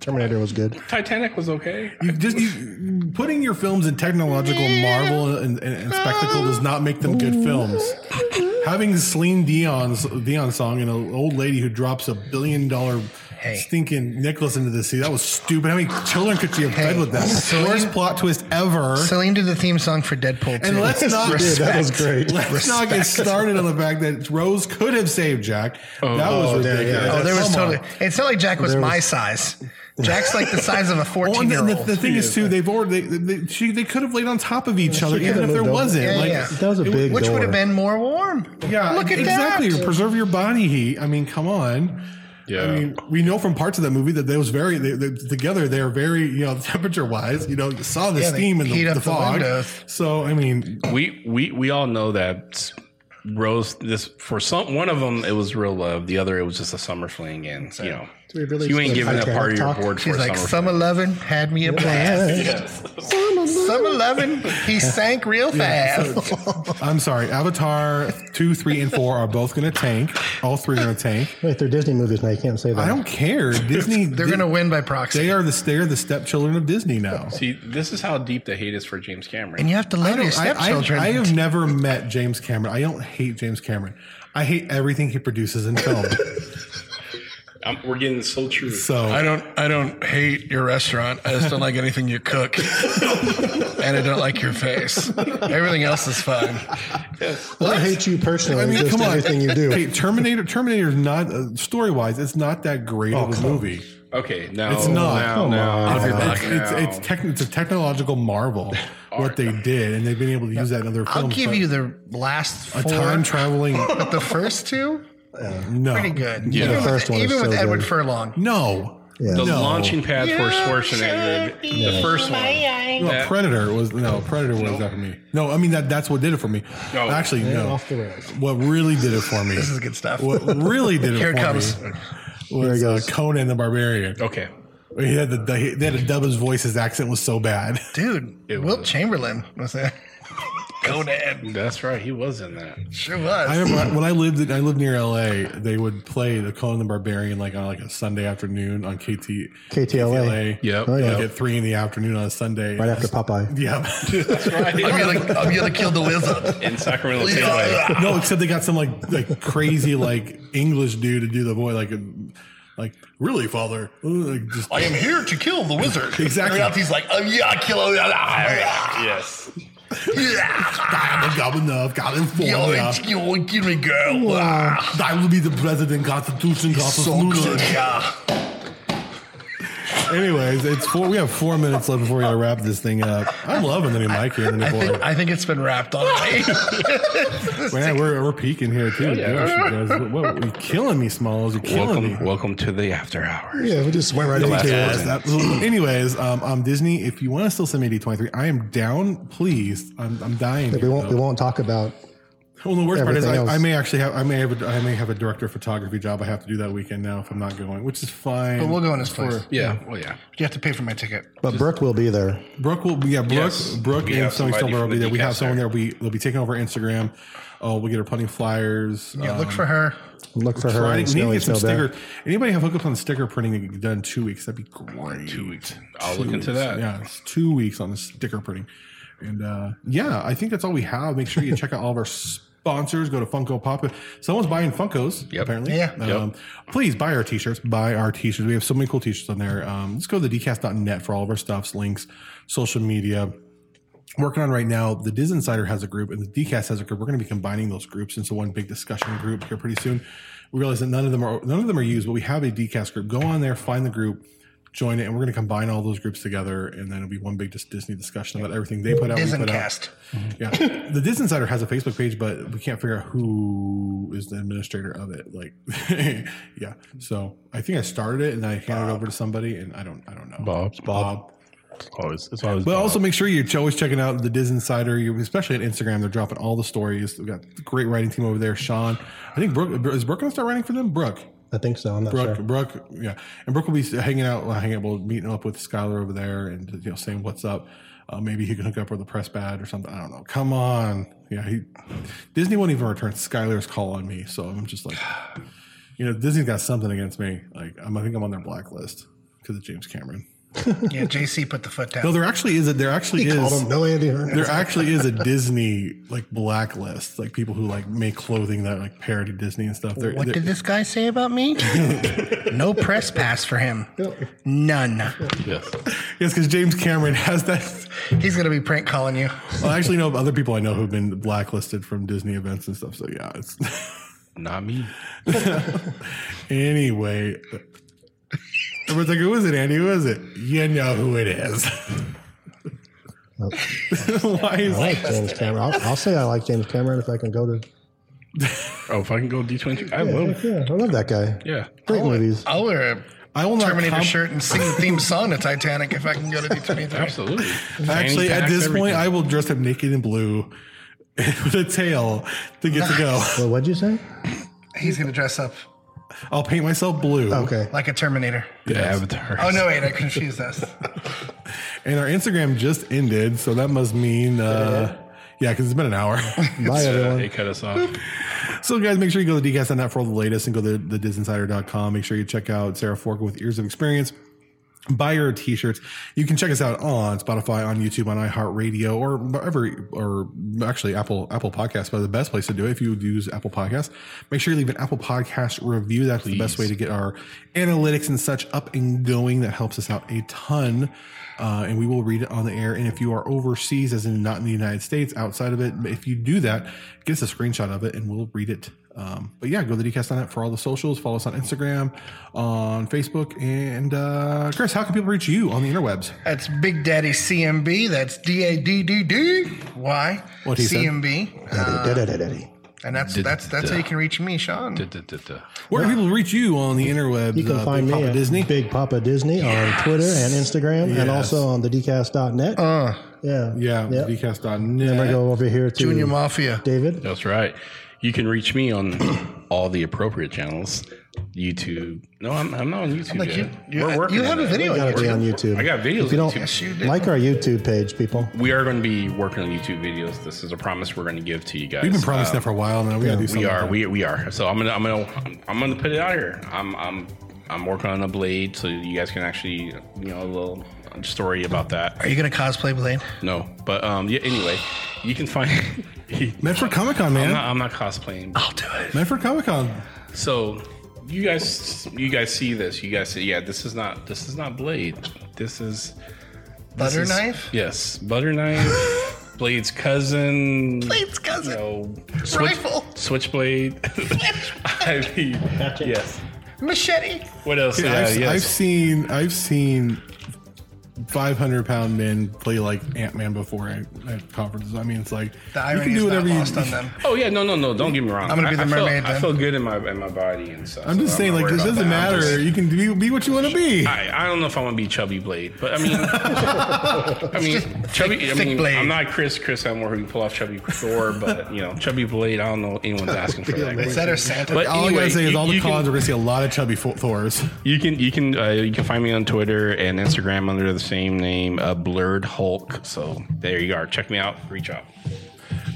[SPEAKER 3] Terminator was good.
[SPEAKER 5] Titanic was okay.
[SPEAKER 2] You just you, putting your films in technological marvel and, and, and spectacle does not make them good films. Having Celine Dion's Dion song and an old lady who drops a billion dollar
[SPEAKER 4] Hey.
[SPEAKER 2] stinking necklace into the sea that was stupid. How many children could she have fed
[SPEAKER 4] Hey.
[SPEAKER 2] with that?
[SPEAKER 4] Celine-
[SPEAKER 2] Worst plot twist ever.
[SPEAKER 4] Celine did the theme song for Deadpool 2.
[SPEAKER 2] And
[SPEAKER 4] <laughs>
[SPEAKER 2] let's not
[SPEAKER 3] Dude, that was great.
[SPEAKER 2] Let's not get started on the fact that Rose could have saved Jack. that was
[SPEAKER 3] Oh, there,
[SPEAKER 2] ridiculous.
[SPEAKER 3] yeah.
[SPEAKER 4] Oh, there was
[SPEAKER 2] Come on.
[SPEAKER 4] totally. It's not like Jack was,
[SPEAKER 3] There was-
[SPEAKER 4] my size. Jack's like the size
[SPEAKER 2] <laughs>
[SPEAKER 4] of a
[SPEAKER 2] Well, and the,
[SPEAKER 4] fourteen-year-old.
[SPEAKER 2] the, the thing is too, they've already they, they, she, they could have laid on top of each other,
[SPEAKER 3] could
[SPEAKER 2] even if
[SPEAKER 3] have
[SPEAKER 2] there
[SPEAKER 3] moved over.
[SPEAKER 2] wasn't.
[SPEAKER 4] Yeah,
[SPEAKER 2] like,
[SPEAKER 4] yeah.
[SPEAKER 3] That was a big
[SPEAKER 4] Which
[SPEAKER 3] door.
[SPEAKER 4] would have been more warm.
[SPEAKER 2] yeah,
[SPEAKER 4] look at
[SPEAKER 2] exactly.
[SPEAKER 4] that.
[SPEAKER 2] Preserve your body heat. I mean, come on.
[SPEAKER 5] Yeah.
[SPEAKER 2] I mean, we know from parts of that movie that they was very they, they, together. They were very, you know, <laughs> temperature wise. You know, you saw the
[SPEAKER 4] Yeah, they
[SPEAKER 2] steam and the,
[SPEAKER 4] heat up
[SPEAKER 2] the
[SPEAKER 4] the
[SPEAKER 2] fog.
[SPEAKER 4] windows.
[SPEAKER 2] so, I mean,
[SPEAKER 5] we we we all know that Rose this for some one of them it was real love the other it was just a summer fling and you know
[SPEAKER 3] we really
[SPEAKER 5] you ain't
[SPEAKER 3] skip
[SPEAKER 5] giving up
[SPEAKER 3] Titanic
[SPEAKER 5] part of your
[SPEAKER 3] talk?
[SPEAKER 5] board for
[SPEAKER 4] She's
[SPEAKER 5] a
[SPEAKER 4] like
[SPEAKER 5] summer
[SPEAKER 4] summer lovin' had me a blast. Summer lovin', he sank real fast.
[SPEAKER 2] I'm sorry. Avatar two, three, and four are both going to tank. All three are going to tank.
[SPEAKER 3] Wait, they're Disney movies now. You can't say that.
[SPEAKER 2] I don't
[SPEAKER 4] <laughs>
[SPEAKER 2] care. Disney.
[SPEAKER 4] They're gonna win by proxy,
[SPEAKER 2] They are the they are the stepchildren of Disney now.
[SPEAKER 5] See, this is how deep the hate is for James Cameron.
[SPEAKER 4] and you have to
[SPEAKER 2] I
[SPEAKER 4] love your
[SPEAKER 2] don't. I,
[SPEAKER 4] stepchildren.
[SPEAKER 2] I, I have never met James Cameron. I don't hate James Cameron. I hate everything he produces in film.
[SPEAKER 5] I'm, we're getting so true.
[SPEAKER 2] So
[SPEAKER 6] I don't I don't hate your restaurant. I just don't like anything you
[SPEAKER 2] <laughs>
[SPEAKER 6] cook. and I don't like your face. Everything else is fine.
[SPEAKER 3] I don't hate you personally.
[SPEAKER 2] I mean,
[SPEAKER 3] just
[SPEAKER 2] come on.
[SPEAKER 3] everything you do.
[SPEAKER 2] Okay, Terminator. Terminator is not uh, story wise. It's not that great of a movie.
[SPEAKER 5] okay, no,
[SPEAKER 2] It's not.
[SPEAKER 5] Now,
[SPEAKER 2] Come
[SPEAKER 5] now,
[SPEAKER 2] on.
[SPEAKER 5] now,
[SPEAKER 2] It's, it's, it's, tech, it's a technological marvel. what they did, and they've been able to use that in other films.
[SPEAKER 4] I'll give
[SPEAKER 2] but
[SPEAKER 4] you the last
[SPEAKER 2] a
[SPEAKER 4] four.
[SPEAKER 2] time
[SPEAKER 4] <laughs>
[SPEAKER 2] traveling.
[SPEAKER 4] but the first two,
[SPEAKER 2] No,
[SPEAKER 4] pretty good.
[SPEAKER 2] Yeah.
[SPEAKER 4] Even
[SPEAKER 2] The
[SPEAKER 3] first
[SPEAKER 4] with,
[SPEAKER 3] one is
[SPEAKER 4] even
[SPEAKER 3] so
[SPEAKER 4] with Edward
[SPEAKER 3] good.
[SPEAKER 4] Furlong.
[SPEAKER 2] no.
[SPEAKER 5] The
[SPEAKER 2] No.
[SPEAKER 5] launching pad for Schwarzenegger, the, the first one.
[SPEAKER 2] No,
[SPEAKER 5] That-
[SPEAKER 2] Predator was no Predator was that for me. No, I mean that that's what did it for me.
[SPEAKER 5] No.
[SPEAKER 2] Actually, no.
[SPEAKER 3] off the rails.
[SPEAKER 2] What really did it for me?
[SPEAKER 6] This is good stuff.
[SPEAKER 2] What really did it
[SPEAKER 6] Here
[SPEAKER 2] for
[SPEAKER 6] it comes. Oh.
[SPEAKER 2] me was uh, Conan the Barbarian.
[SPEAKER 5] Okay.
[SPEAKER 2] He had the, the they had to dub his voice. His accent was so bad. <laughs>
[SPEAKER 6] Dude, Wilt Chamberlain was there. <laughs> Conan.
[SPEAKER 5] That's right. He was in that.
[SPEAKER 6] Sure was.
[SPEAKER 2] I remember when I lived in, I lived near L.A. They would play the Conan the Barbarian like on like a Sunday afternoon on KT
[SPEAKER 3] KTLA.
[SPEAKER 5] Yep.
[SPEAKER 3] Oh, yeah.
[SPEAKER 2] like at three in the afternoon on a Sunday.
[SPEAKER 3] Right after Popeye.
[SPEAKER 2] yeah.
[SPEAKER 6] I'm gonna, I'm gonna kill the wizard.
[SPEAKER 5] <laughs> In Sacramento
[SPEAKER 2] <laughs>
[SPEAKER 5] Tailway.
[SPEAKER 2] No, except they got some like like crazy like English dude to do the voice like like really father like just
[SPEAKER 6] I am
[SPEAKER 2] <laughs>
[SPEAKER 6] here to kill the wizard.
[SPEAKER 2] Exactly.
[SPEAKER 6] And he's like, oh, yeah, I kill him. Yeah,
[SPEAKER 5] Yes.
[SPEAKER 6] <laughs>
[SPEAKER 2] I'm a goblin of goblin for
[SPEAKER 6] yeah.
[SPEAKER 2] ya.
[SPEAKER 6] You won't kill me, girl.
[SPEAKER 2] I will be the president. Constitution,
[SPEAKER 6] So
[SPEAKER 2] Constitution.
[SPEAKER 6] good. Yeah.
[SPEAKER 2] Anyways, it's four. We have four minutes left before we gotta wrap this thing up. I'm loving the new mic here. The new
[SPEAKER 6] I think,
[SPEAKER 2] board.
[SPEAKER 4] <laughs>
[SPEAKER 6] I think it's been wrapped already.
[SPEAKER 2] Man, we're we're peaking here too. Gosh, you guys, what, what, you're killing me, Smalls. You're killing me.
[SPEAKER 5] Welcome, welcome to the after hours.
[SPEAKER 3] Yeah, we just went right
[SPEAKER 2] Yes,
[SPEAKER 3] into
[SPEAKER 2] yes, absolutely. <clears throat> Anyways, um, um, Disney, if you want to still send me D23, I am down, please. I'm, I'm dying.
[SPEAKER 3] We won't. We won't talk about.
[SPEAKER 2] Well, the worst part is I,
[SPEAKER 3] Everything else.
[SPEAKER 2] I may actually have I may have a, I may have a director of photography job I have to do that weekend now if I'm not going, which is fine.
[SPEAKER 4] But we'll go in his place.
[SPEAKER 5] Yeah. Well, yeah.
[SPEAKER 4] You have to pay for my ticket.
[SPEAKER 3] But Brooke will be there.
[SPEAKER 2] Brooke will yeah Brooke
[SPEAKER 5] Yes.
[SPEAKER 2] Brooke
[SPEAKER 5] We
[SPEAKER 2] and
[SPEAKER 5] have
[SPEAKER 2] Sony
[SPEAKER 5] somebody
[SPEAKER 2] Stelber will
[SPEAKER 5] from
[SPEAKER 2] be
[SPEAKER 5] the
[SPEAKER 2] there. We have
[SPEAKER 5] DCAS
[SPEAKER 2] someone
[SPEAKER 5] there.
[SPEAKER 2] there. We they'll be taking over Instagram. Oh, we get her plenty of flyers.
[SPEAKER 4] Yeah,
[SPEAKER 2] Uh,
[SPEAKER 4] look for her.
[SPEAKER 3] Look for her.
[SPEAKER 2] try-
[SPEAKER 3] and
[SPEAKER 2] we need to
[SPEAKER 3] Snowy
[SPEAKER 2] get some
[SPEAKER 3] Snowbear.
[SPEAKER 2] sticker. Anybody have hookups on sticker printing that get done two weeks? That'd be great.
[SPEAKER 5] Two weeks. I'll look
[SPEAKER 2] Two
[SPEAKER 5] into
[SPEAKER 2] weeks.
[SPEAKER 5] that.
[SPEAKER 2] Yeah, it's two weeks on the sticker printing. And uh, yeah, I think that's all we have. Make sure you check out all of our sponsors. Go to Funko Pop. Someone's buying Funkos,
[SPEAKER 5] Yep.
[SPEAKER 2] apparently.
[SPEAKER 4] Yeah.
[SPEAKER 2] Um, Please buy our t shirts. Buy our t shirts. We have so many cool t shirts on there. Um, let's go to thedcast.net for all of our stuffs, links, social media working on right now. The Diz Insider has a group and the Dcast has a group. We're going to be combining those groups into one big discussion group here pretty soon. We realize that none of them are none of them are used, but we have a Dcast group. Go on there, find the group, join it, and we're going to combine all those groups together, and then it'll be one big just Disney discussion about everything they put out. we put out.
[SPEAKER 4] Disneycast.
[SPEAKER 2] Yeah, the Diz Insider has a Facebook page, but we can't figure out who is the administrator of it. Like, <laughs> yeah. So I think I started it and I handed it over to somebody, and I don't I don't know.
[SPEAKER 5] Bob.
[SPEAKER 2] Bob.
[SPEAKER 5] Always. Oh, It's always.
[SPEAKER 2] But also make sure you're ch- always checking out the Diz Insider, you especially on Instagram. They're dropping all the stories. We've got a great writing team over there. Sean, I think Brooke is Brooke going to start writing for them. Brooke,
[SPEAKER 3] I think so. I'm not
[SPEAKER 2] Brooke,
[SPEAKER 3] sure.
[SPEAKER 2] Brooke, yeah, and Brooke will be hanging out, well, hanging out, well, meeting up with Skylar over there, and you know, saying what's up. Uh, maybe he can hook up with a press bad or something. I don't know. Come on, yeah. He, Disney won't even return Skylar's call on me, so I'm just like, <sighs> you know, Disney's got something against me. Like, I'm, I think I'm on their blacklist because of James Cameron.
[SPEAKER 4] Yeah, JC put the foot down.
[SPEAKER 2] No, there actually is a there actually is
[SPEAKER 3] Called him Bill Andy Hearn.
[SPEAKER 2] there actually is a Disney like blacklist, like people who like make clothing that like parody Disney and stuff. They're,
[SPEAKER 4] What
[SPEAKER 2] they're-
[SPEAKER 4] did this guy say about me? no press pass for him. None.
[SPEAKER 5] Yes.
[SPEAKER 2] yes, because James Cameron has that.
[SPEAKER 4] He's gonna be prank calling you.
[SPEAKER 2] Well, I actually know of other people I know who've been blacklisted from Disney events and stuff. So yeah, it's <laughs>
[SPEAKER 5] Not me.
[SPEAKER 2] anyway. Everyone's like, who is it, Andy? Who is it? You know who it is. <laughs> Why is
[SPEAKER 3] I like James Cameron. I'll, I'll say I like James Cameron if I can go to.
[SPEAKER 5] Oh, if I can go D23, I will.
[SPEAKER 3] Yeah, I love that guy.
[SPEAKER 5] Yeah.
[SPEAKER 3] Great movies.
[SPEAKER 6] I'll wear a
[SPEAKER 2] I will not
[SPEAKER 6] Terminator
[SPEAKER 2] comp-
[SPEAKER 6] shirt and sing the theme song to Titanic if I can go to D23.
[SPEAKER 5] Absolutely.
[SPEAKER 2] Actually,
[SPEAKER 5] Fanny
[SPEAKER 2] at
[SPEAKER 5] pack,
[SPEAKER 2] this point,
[SPEAKER 5] everything.
[SPEAKER 2] I will dress up naked in blue <laughs> with a tail to get to go.
[SPEAKER 3] <laughs> Well, what'd you say?
[SPEAKER 4] <laughs> He's gonna dress up
[SPEAKER 2] I'll paint myself blue.
[SPEAKER 3] Okay.
[SPEAKER 4] like a Terminator.
[SPEAKER 5] the Avatar.
[SPEAKER 4] Oh no, wait, I confused us.
[SPEAKER 2] And our Instagram just ended, so that must mean, uh, yeah, because it's been an hour.
[SPEAKER 3] Bye,
[SPEAKER 5] Uh,
[SPEAKER 3] everyone.
[SPEAKER 5] they cut us off.
[SPEAKER 2] so, guys, make sure you go to dcast.net for all the latest and go to the disinsider.com. Make sure you check out Sarah Fork with Ears of Experience. Buy her t-shirts. You can check us out on Spotify, on YouTube, on iHeartRadio, or wherever, or actually Apple Apple Podcasts. But the best place to do it, if you would use Apple Podcasts, make sure you leave an Apple Podcast review. That's the best way to get our analytics and such up and going. That helps us out a ton, uh, and we will read it on the air. And if you are overseas, as in not in the United States, outside of it, if you do that, get us a screenshot of it, and we'll read it Um, but yeah, go to the DCast.net for all the socials. Follow us on Instagram, on Facebook, and uh, Chris, how can people reach you on the interwebs?
[SPEAKER 4] That's Big Daddy CMB. That's D A D D D Y
[SPEAKER 2] What he said.
[SPEAKER 4] CMB. Uh,
[SPEAKER 3] Da-da-da-da-da.
[SPEAKER 4] and that's that's that's how you can reach me, Sean.
[SPEAKER 5] Da, da, da.
[SPEAKER 2] Where can people reach you on the interwebs?
[SPEAKER 3] You can
[SPEAKER 2] uh,
[SPEAKER 3] find
[SPEAKER 2] Big
[SPEAKER 3] me
[SPEAKER 2] Papa
[SPEAKER 3] at
[SPEAKER 2] Disney.
[SPEAKER 3] Big Papa Disney on Twitter and Instagram, and also on thedcast.net.
[SPEAKER 4] Uh,
[SPEAKER 3] yeah,
[SPEAKER 2] yeah,
[SPEAKER 3] Yep.
[SPEAKER 2] DCast.net.
[SPEAKER 3] Then we go over here to
[SPEAKER 4] Junior Mafia.
[SPEAKER 3] David.
[SPEAKER 5] That's right. You can reach me on all the appropriate channels. YouTube. No, I'm, I'm not on YouTube
[SPEAKER 4] Like you,
[SPEAKER 5] yet.
[SPEAKER 4] you,
[SPEAKER 5] We're working
[SPEAKER 4] you have
[SPEAKER 5] on
[SPEAKER 4] a
[SPEAKER 5] that.
[SPEAKER 4] video on
[SPEAKER 3] Got to be
[SPEAKER 4] YouTube.
[SPEAKER 3] on YouTube.
[SPEAKER 5] I got videos.
[SPEAKER 3] If you
[SPEAKER 5] on
[SPEAKER 3] don't
[SPEAKER 5] YouTube.
[SPEAKER 4] Yes, you did.
[SPEAKER 3] like our YouTube page, people.
[SPEAKER 5] we are going to be working on YouTube videos. This is a promise we're going to give to you guys.
[SPEAKER 2] We've been promising
[SPEAKER 5] Uh,
[SPEAKER 2] that for a while now. We gotta do something.
[SPEAKER 5] we are.
[SPEAKER 2] with
[SPEAKER 5] We, we are. So I'm gonna I'm gonna I'm gonna put it out here. I'm I'm I'm working on a blade, so you guys can actually you know a little story about that.
[SPEAKER 4] Are you gonna cosplay Blade?
[SPEAKER 5] No, but um yeah. Anyway, you can find. <laughs>
[SPEAKER 2] that. Meant for Comic Con,
[SPEAKER 5] I'm
[SPEAKER 2] man.
[SPEAKER 5] not, I'm not cosplaying.
[SPEAKER 4] I'll do it.
[SPEAKER 2] Meant for Comic Con.
[SPEAKER 5] So you guys you guys see this? You guys see? Yeah, this is not this is not blade. This is
[SPEAKER 4] Butter
[SPEAKER 5] This is-
[SPEAKER 4] knife.
[SPEAKER 5] Yes,
[SPEAKER 4] <laughs>
[SPEAKER 5] butter knife. Blade's cousin.
[SPEAKER 4] Blade's cousin.
[SPEAKER 5] You
[SPEAKER 4] <laughs>
[SPEAKER 5] know,
[SPEAKER 4] Rifle.
[SPEAKER 5] Switchblade. <laughs> I mean, yes.
[SPEAKER 4] Machete.
[SPEAKER 5] What else?
[SPEAKER 2] Dude,
[SPEAKER 5] Yeah,
[SPEAKER 2] I've,
[SPEAKER 5] yes.
[SPEAKER 2] I've seen I've seen 500 pound men play like Ant Man before at, at conferences. I mean, it's like
[SPEAKER 4] The irony is not lost
[SPEAKER 2] <laughs>
[SPEAKER 4] on them.
[SPEAKER 5] oh yeah, no, no, no. Don't get me wrong.
[SPEAKER 4] I'm gonna be
[SPEAKER 5] I-
[SPEAKER 4] the
[SPEAKER 5] I feel-
[SPEAKER 4] mermaid
[SPEAKER 5] I
[SPEAKER 4] then.
[SPEAKER 5] feel good in my in my body and stuff.
[SPEAKER 2] I'm just
[SPEAKER 5] so
[SPEAKER 2] saying,
[SPEAKER 5] not
[SPEAKER 2] like
[SPEAKER 5] worried
[SPEAKER 2] this
[SPEAKER 5] about
[SPEAKER 2] doesn't
[SPEAKER 5] that. I'm
[SPEAKER 2] matter.
[SPEAKER 5] just-
[SPEAKER 2] you can be, be what you want to be.
[SPEAKER 5] I, I don't know if I want to be chubby blade, but I
[SPEAKER 4] <laughs>
[SPEAKER 5] mean, I mean, chubby. I
[SPEAKER 4] thick
[SPEAKER 5] mean,
[SPEAKER 4] Blade.
[SPEAKER 5] I'm not Chris. Chris, I'm where we pull off chubby
[SPEAKER 4] <laughs>
[SPEAKER 5] Thor, but you know, chubby blade. I don't know anyone's asking for that.
[SPEAKER 4] Is that our Santa?
[SPEAKER 5] But
[SPEAKER 2] all I
[SPEAKER 5] anyway,
[SPEAKER 2] gotta say is
[SPEAKER 5] you-
[SPEAKER 2] all the
[SPEAKER 5] you can-
[SPEAKER 2] cons are gonna see a lot of chubby fo- Thors.
[SPEAKER 5] You can you can uh, you can find me on Twitter and Instagram under the same name, uh, Blurred Hulk. So there you are. Check me out. Reach out.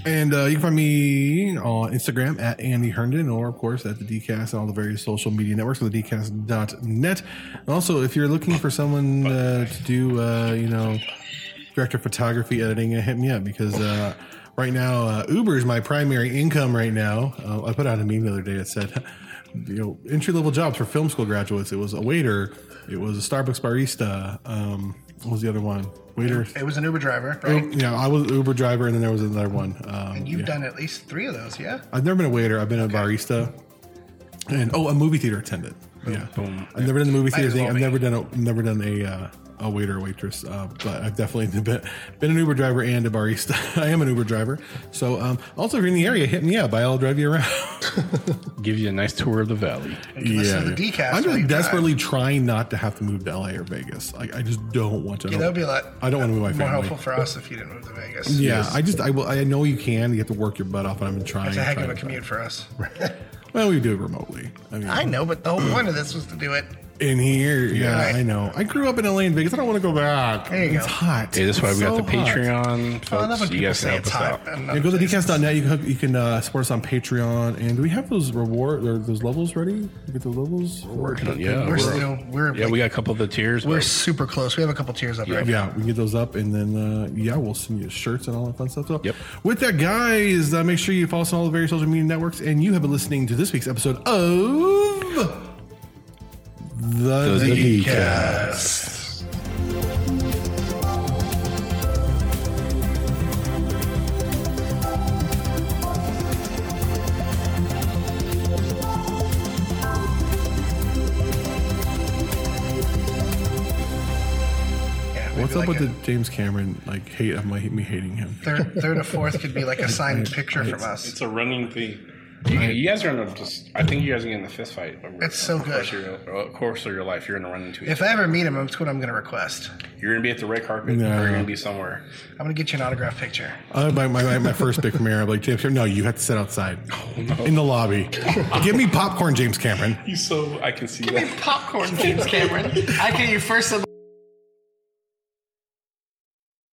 [SPEAKER 2] And uh, you can find me on Instagram at Andy Herndon or, of course, at the DCast and all the various social media networks at the DCast.net. And also, if you're looking for someone uh, to do, uh, you know, director of photography editing, uh, hit me up because uh, right now, uh, Uber is my primary income right now. Uh, I put out a meme the other day that said, you know, entry level jobs for film school graduates. It was a waiter, it was a Starbucks barista. Um, what was the other one? Waiter.
[SPEAKER 4] It was an Uber driver, right?
[SPEAKER 2] Yeah, I was Uber driver, and then there was another one. Um,
[SPEAKER 4] And you've done at least three of those, yeah?
[SPEAKER 2] I've never been a waiter. I've been a barista, and oh, a movie theater attendant. yeah, I've never done the movie theater
[SPEAKER 4] as
[SPEAKER 2] thing.
[SPEAKER 4] well
[SPEAKER 2] I've
[SPEAKER 4] be.
[SPEAKER 2] never done a never done a uh, a waiter or waitress, uh, but I've definitely <laughs> been, been an Uber driver and a barista. <laughs> I am an Uber driver. So um, also, if you're in the area, hit me up. I'll drive you around.
[SPEAKER 5] Give you a nice tour of the valley.
[SPEAKER 4] You listen to the decast.
[SPEAKER 2] I'm
[SPEAKER 4] while you
[SPEAKER 2] just
[SPEAKER 4] drive.
[SPEAKER 2] desperately trying not to have to move to LA or Vegas. Like I just don't want to.
[SPEAKER 4] Yeah, that would be a lot
[SPEAKER 2] I don't want to move my
[SPEAKER 4] more
[SPEAKER 2] family.
[SPEAKER 4] helpful for us if you didn't move to Vegas.
[SPEAKER 2] Yeah, I just I will. I know you can. You have to work your butt off, and I've been trying.
[SPEAKER 4] It's a heck of
[SPEAKER 2] trying,
[SPEAKER 4] a
[SPEAKER 2] trying.
[SPEAKER 4] commute for us.
[SPEAKER 2] Well, we do it remotely. I mean,
[SPEAKER 4] I know, but the whole point of this was to do it.
[SPEAKER 2] in here. Yeah,
[SPEAKER 4] Right.
[SPEAKER 2] I know. I grew up in LA and Vegas. I don't want to go back.
[SPEAKER 4] There you
[SPEAKER 2] it's
[SPEAKER 4] go.
[SPEAKER 2] hot.
[SPEAKER 5] Hey, that's why
[SPEAKER 2] It's
[SPEAKER 5] we got
[SPEAKER 2] so
[SPEAKER 5] the
[SPEAKER 2] hot.
[SPEAKER 5] Patreon. Folks.
[SPEAKER 4] Oh, I love when
[SPEAKER 5] you
[SPEAKER 4] people
[SPEAKER 5] guys can
[SPEAKER 4] say
[SPEAKER 5] help
[SPEAKER 4] it's
[SPEAKER 5] us
[SPEAKER 4] hot.
[SPEAKER 5] out.
[SPEAKER 4] and
[SPEAKER 2] Yeah,
[SPEAKER 4] not-
[SPEAKER 2] go to thecast.net. You can, you can uh, support us on Patreon. And do we have those reward or those levels ready? You get the levels?
[SPEAKER 5] Working on- yeah,
[SPEAKER 4] We're
[SPEAKER 5] we're-
[SPEAKER 4] still, we're,
[SPEAKER 5] yeah, we got a couple of the tiers.
[SPEAKER 4] we're
[SPEAKER 5] but-
[SPEAKER 4] super close. We have a couple tiers up right now.
[SPEAKER 2] Yeah, we can get those up, and then uh, yeah, we'll send you shirts and all that fun stuff. So,
[SPEAKER 5] Yep.
[SPEAKER 2] With that, guys, uh, make sure you follow us on all the various social media networks, and you have been listening to this week's episode of the,
[SPEAKER 5] The
[SPEAKER 2] Decast.
[SPEAKER 4] Yeah, maybe
[SPEAKER 2] What's up
[SPEAKER 4] like
[SPEAKER 2] with
[SPEAKER 4] a
[SPEAKER 2] the James Cameron like hate? Am I me hating him?
[SPEAKER 4] Third, third or fourth could be
[SPEAKER 2] <laughs>
[SPEAKER 4] like a signed picture from us.
[SPEAKER 5] It's a running thing. You, you guys are in a just. I think you guys are getting in a fist fight. over-
[SPEAKER 4] It's so
[SPEAKER 5] over the course
[SPEAKER 4] good.
[SPEAKER 5] of your- over the course of your life, you're gonna run into it.
[SPEAKER 4] If I ever meet him, it's what I'm going to request.
[SPEAKER 5] You're gonna be at the red carpet,
[SPEAKER 2] No.
[SPEAKER 5] or you're gonna be somewhere.
[SPEAKER 4] I'm going to get you an autograph picture.
[SPEAKER 2] Uh, my, my, my- my first pick from Aaron, I'm like, James Cameron, no, you have to sit outside in the lobby. Give me popcorn, James Cameron.
[SPEAKER 5] He's so I can see that.
[SPEAKER 4] Popcorn, James Cameron. I get you first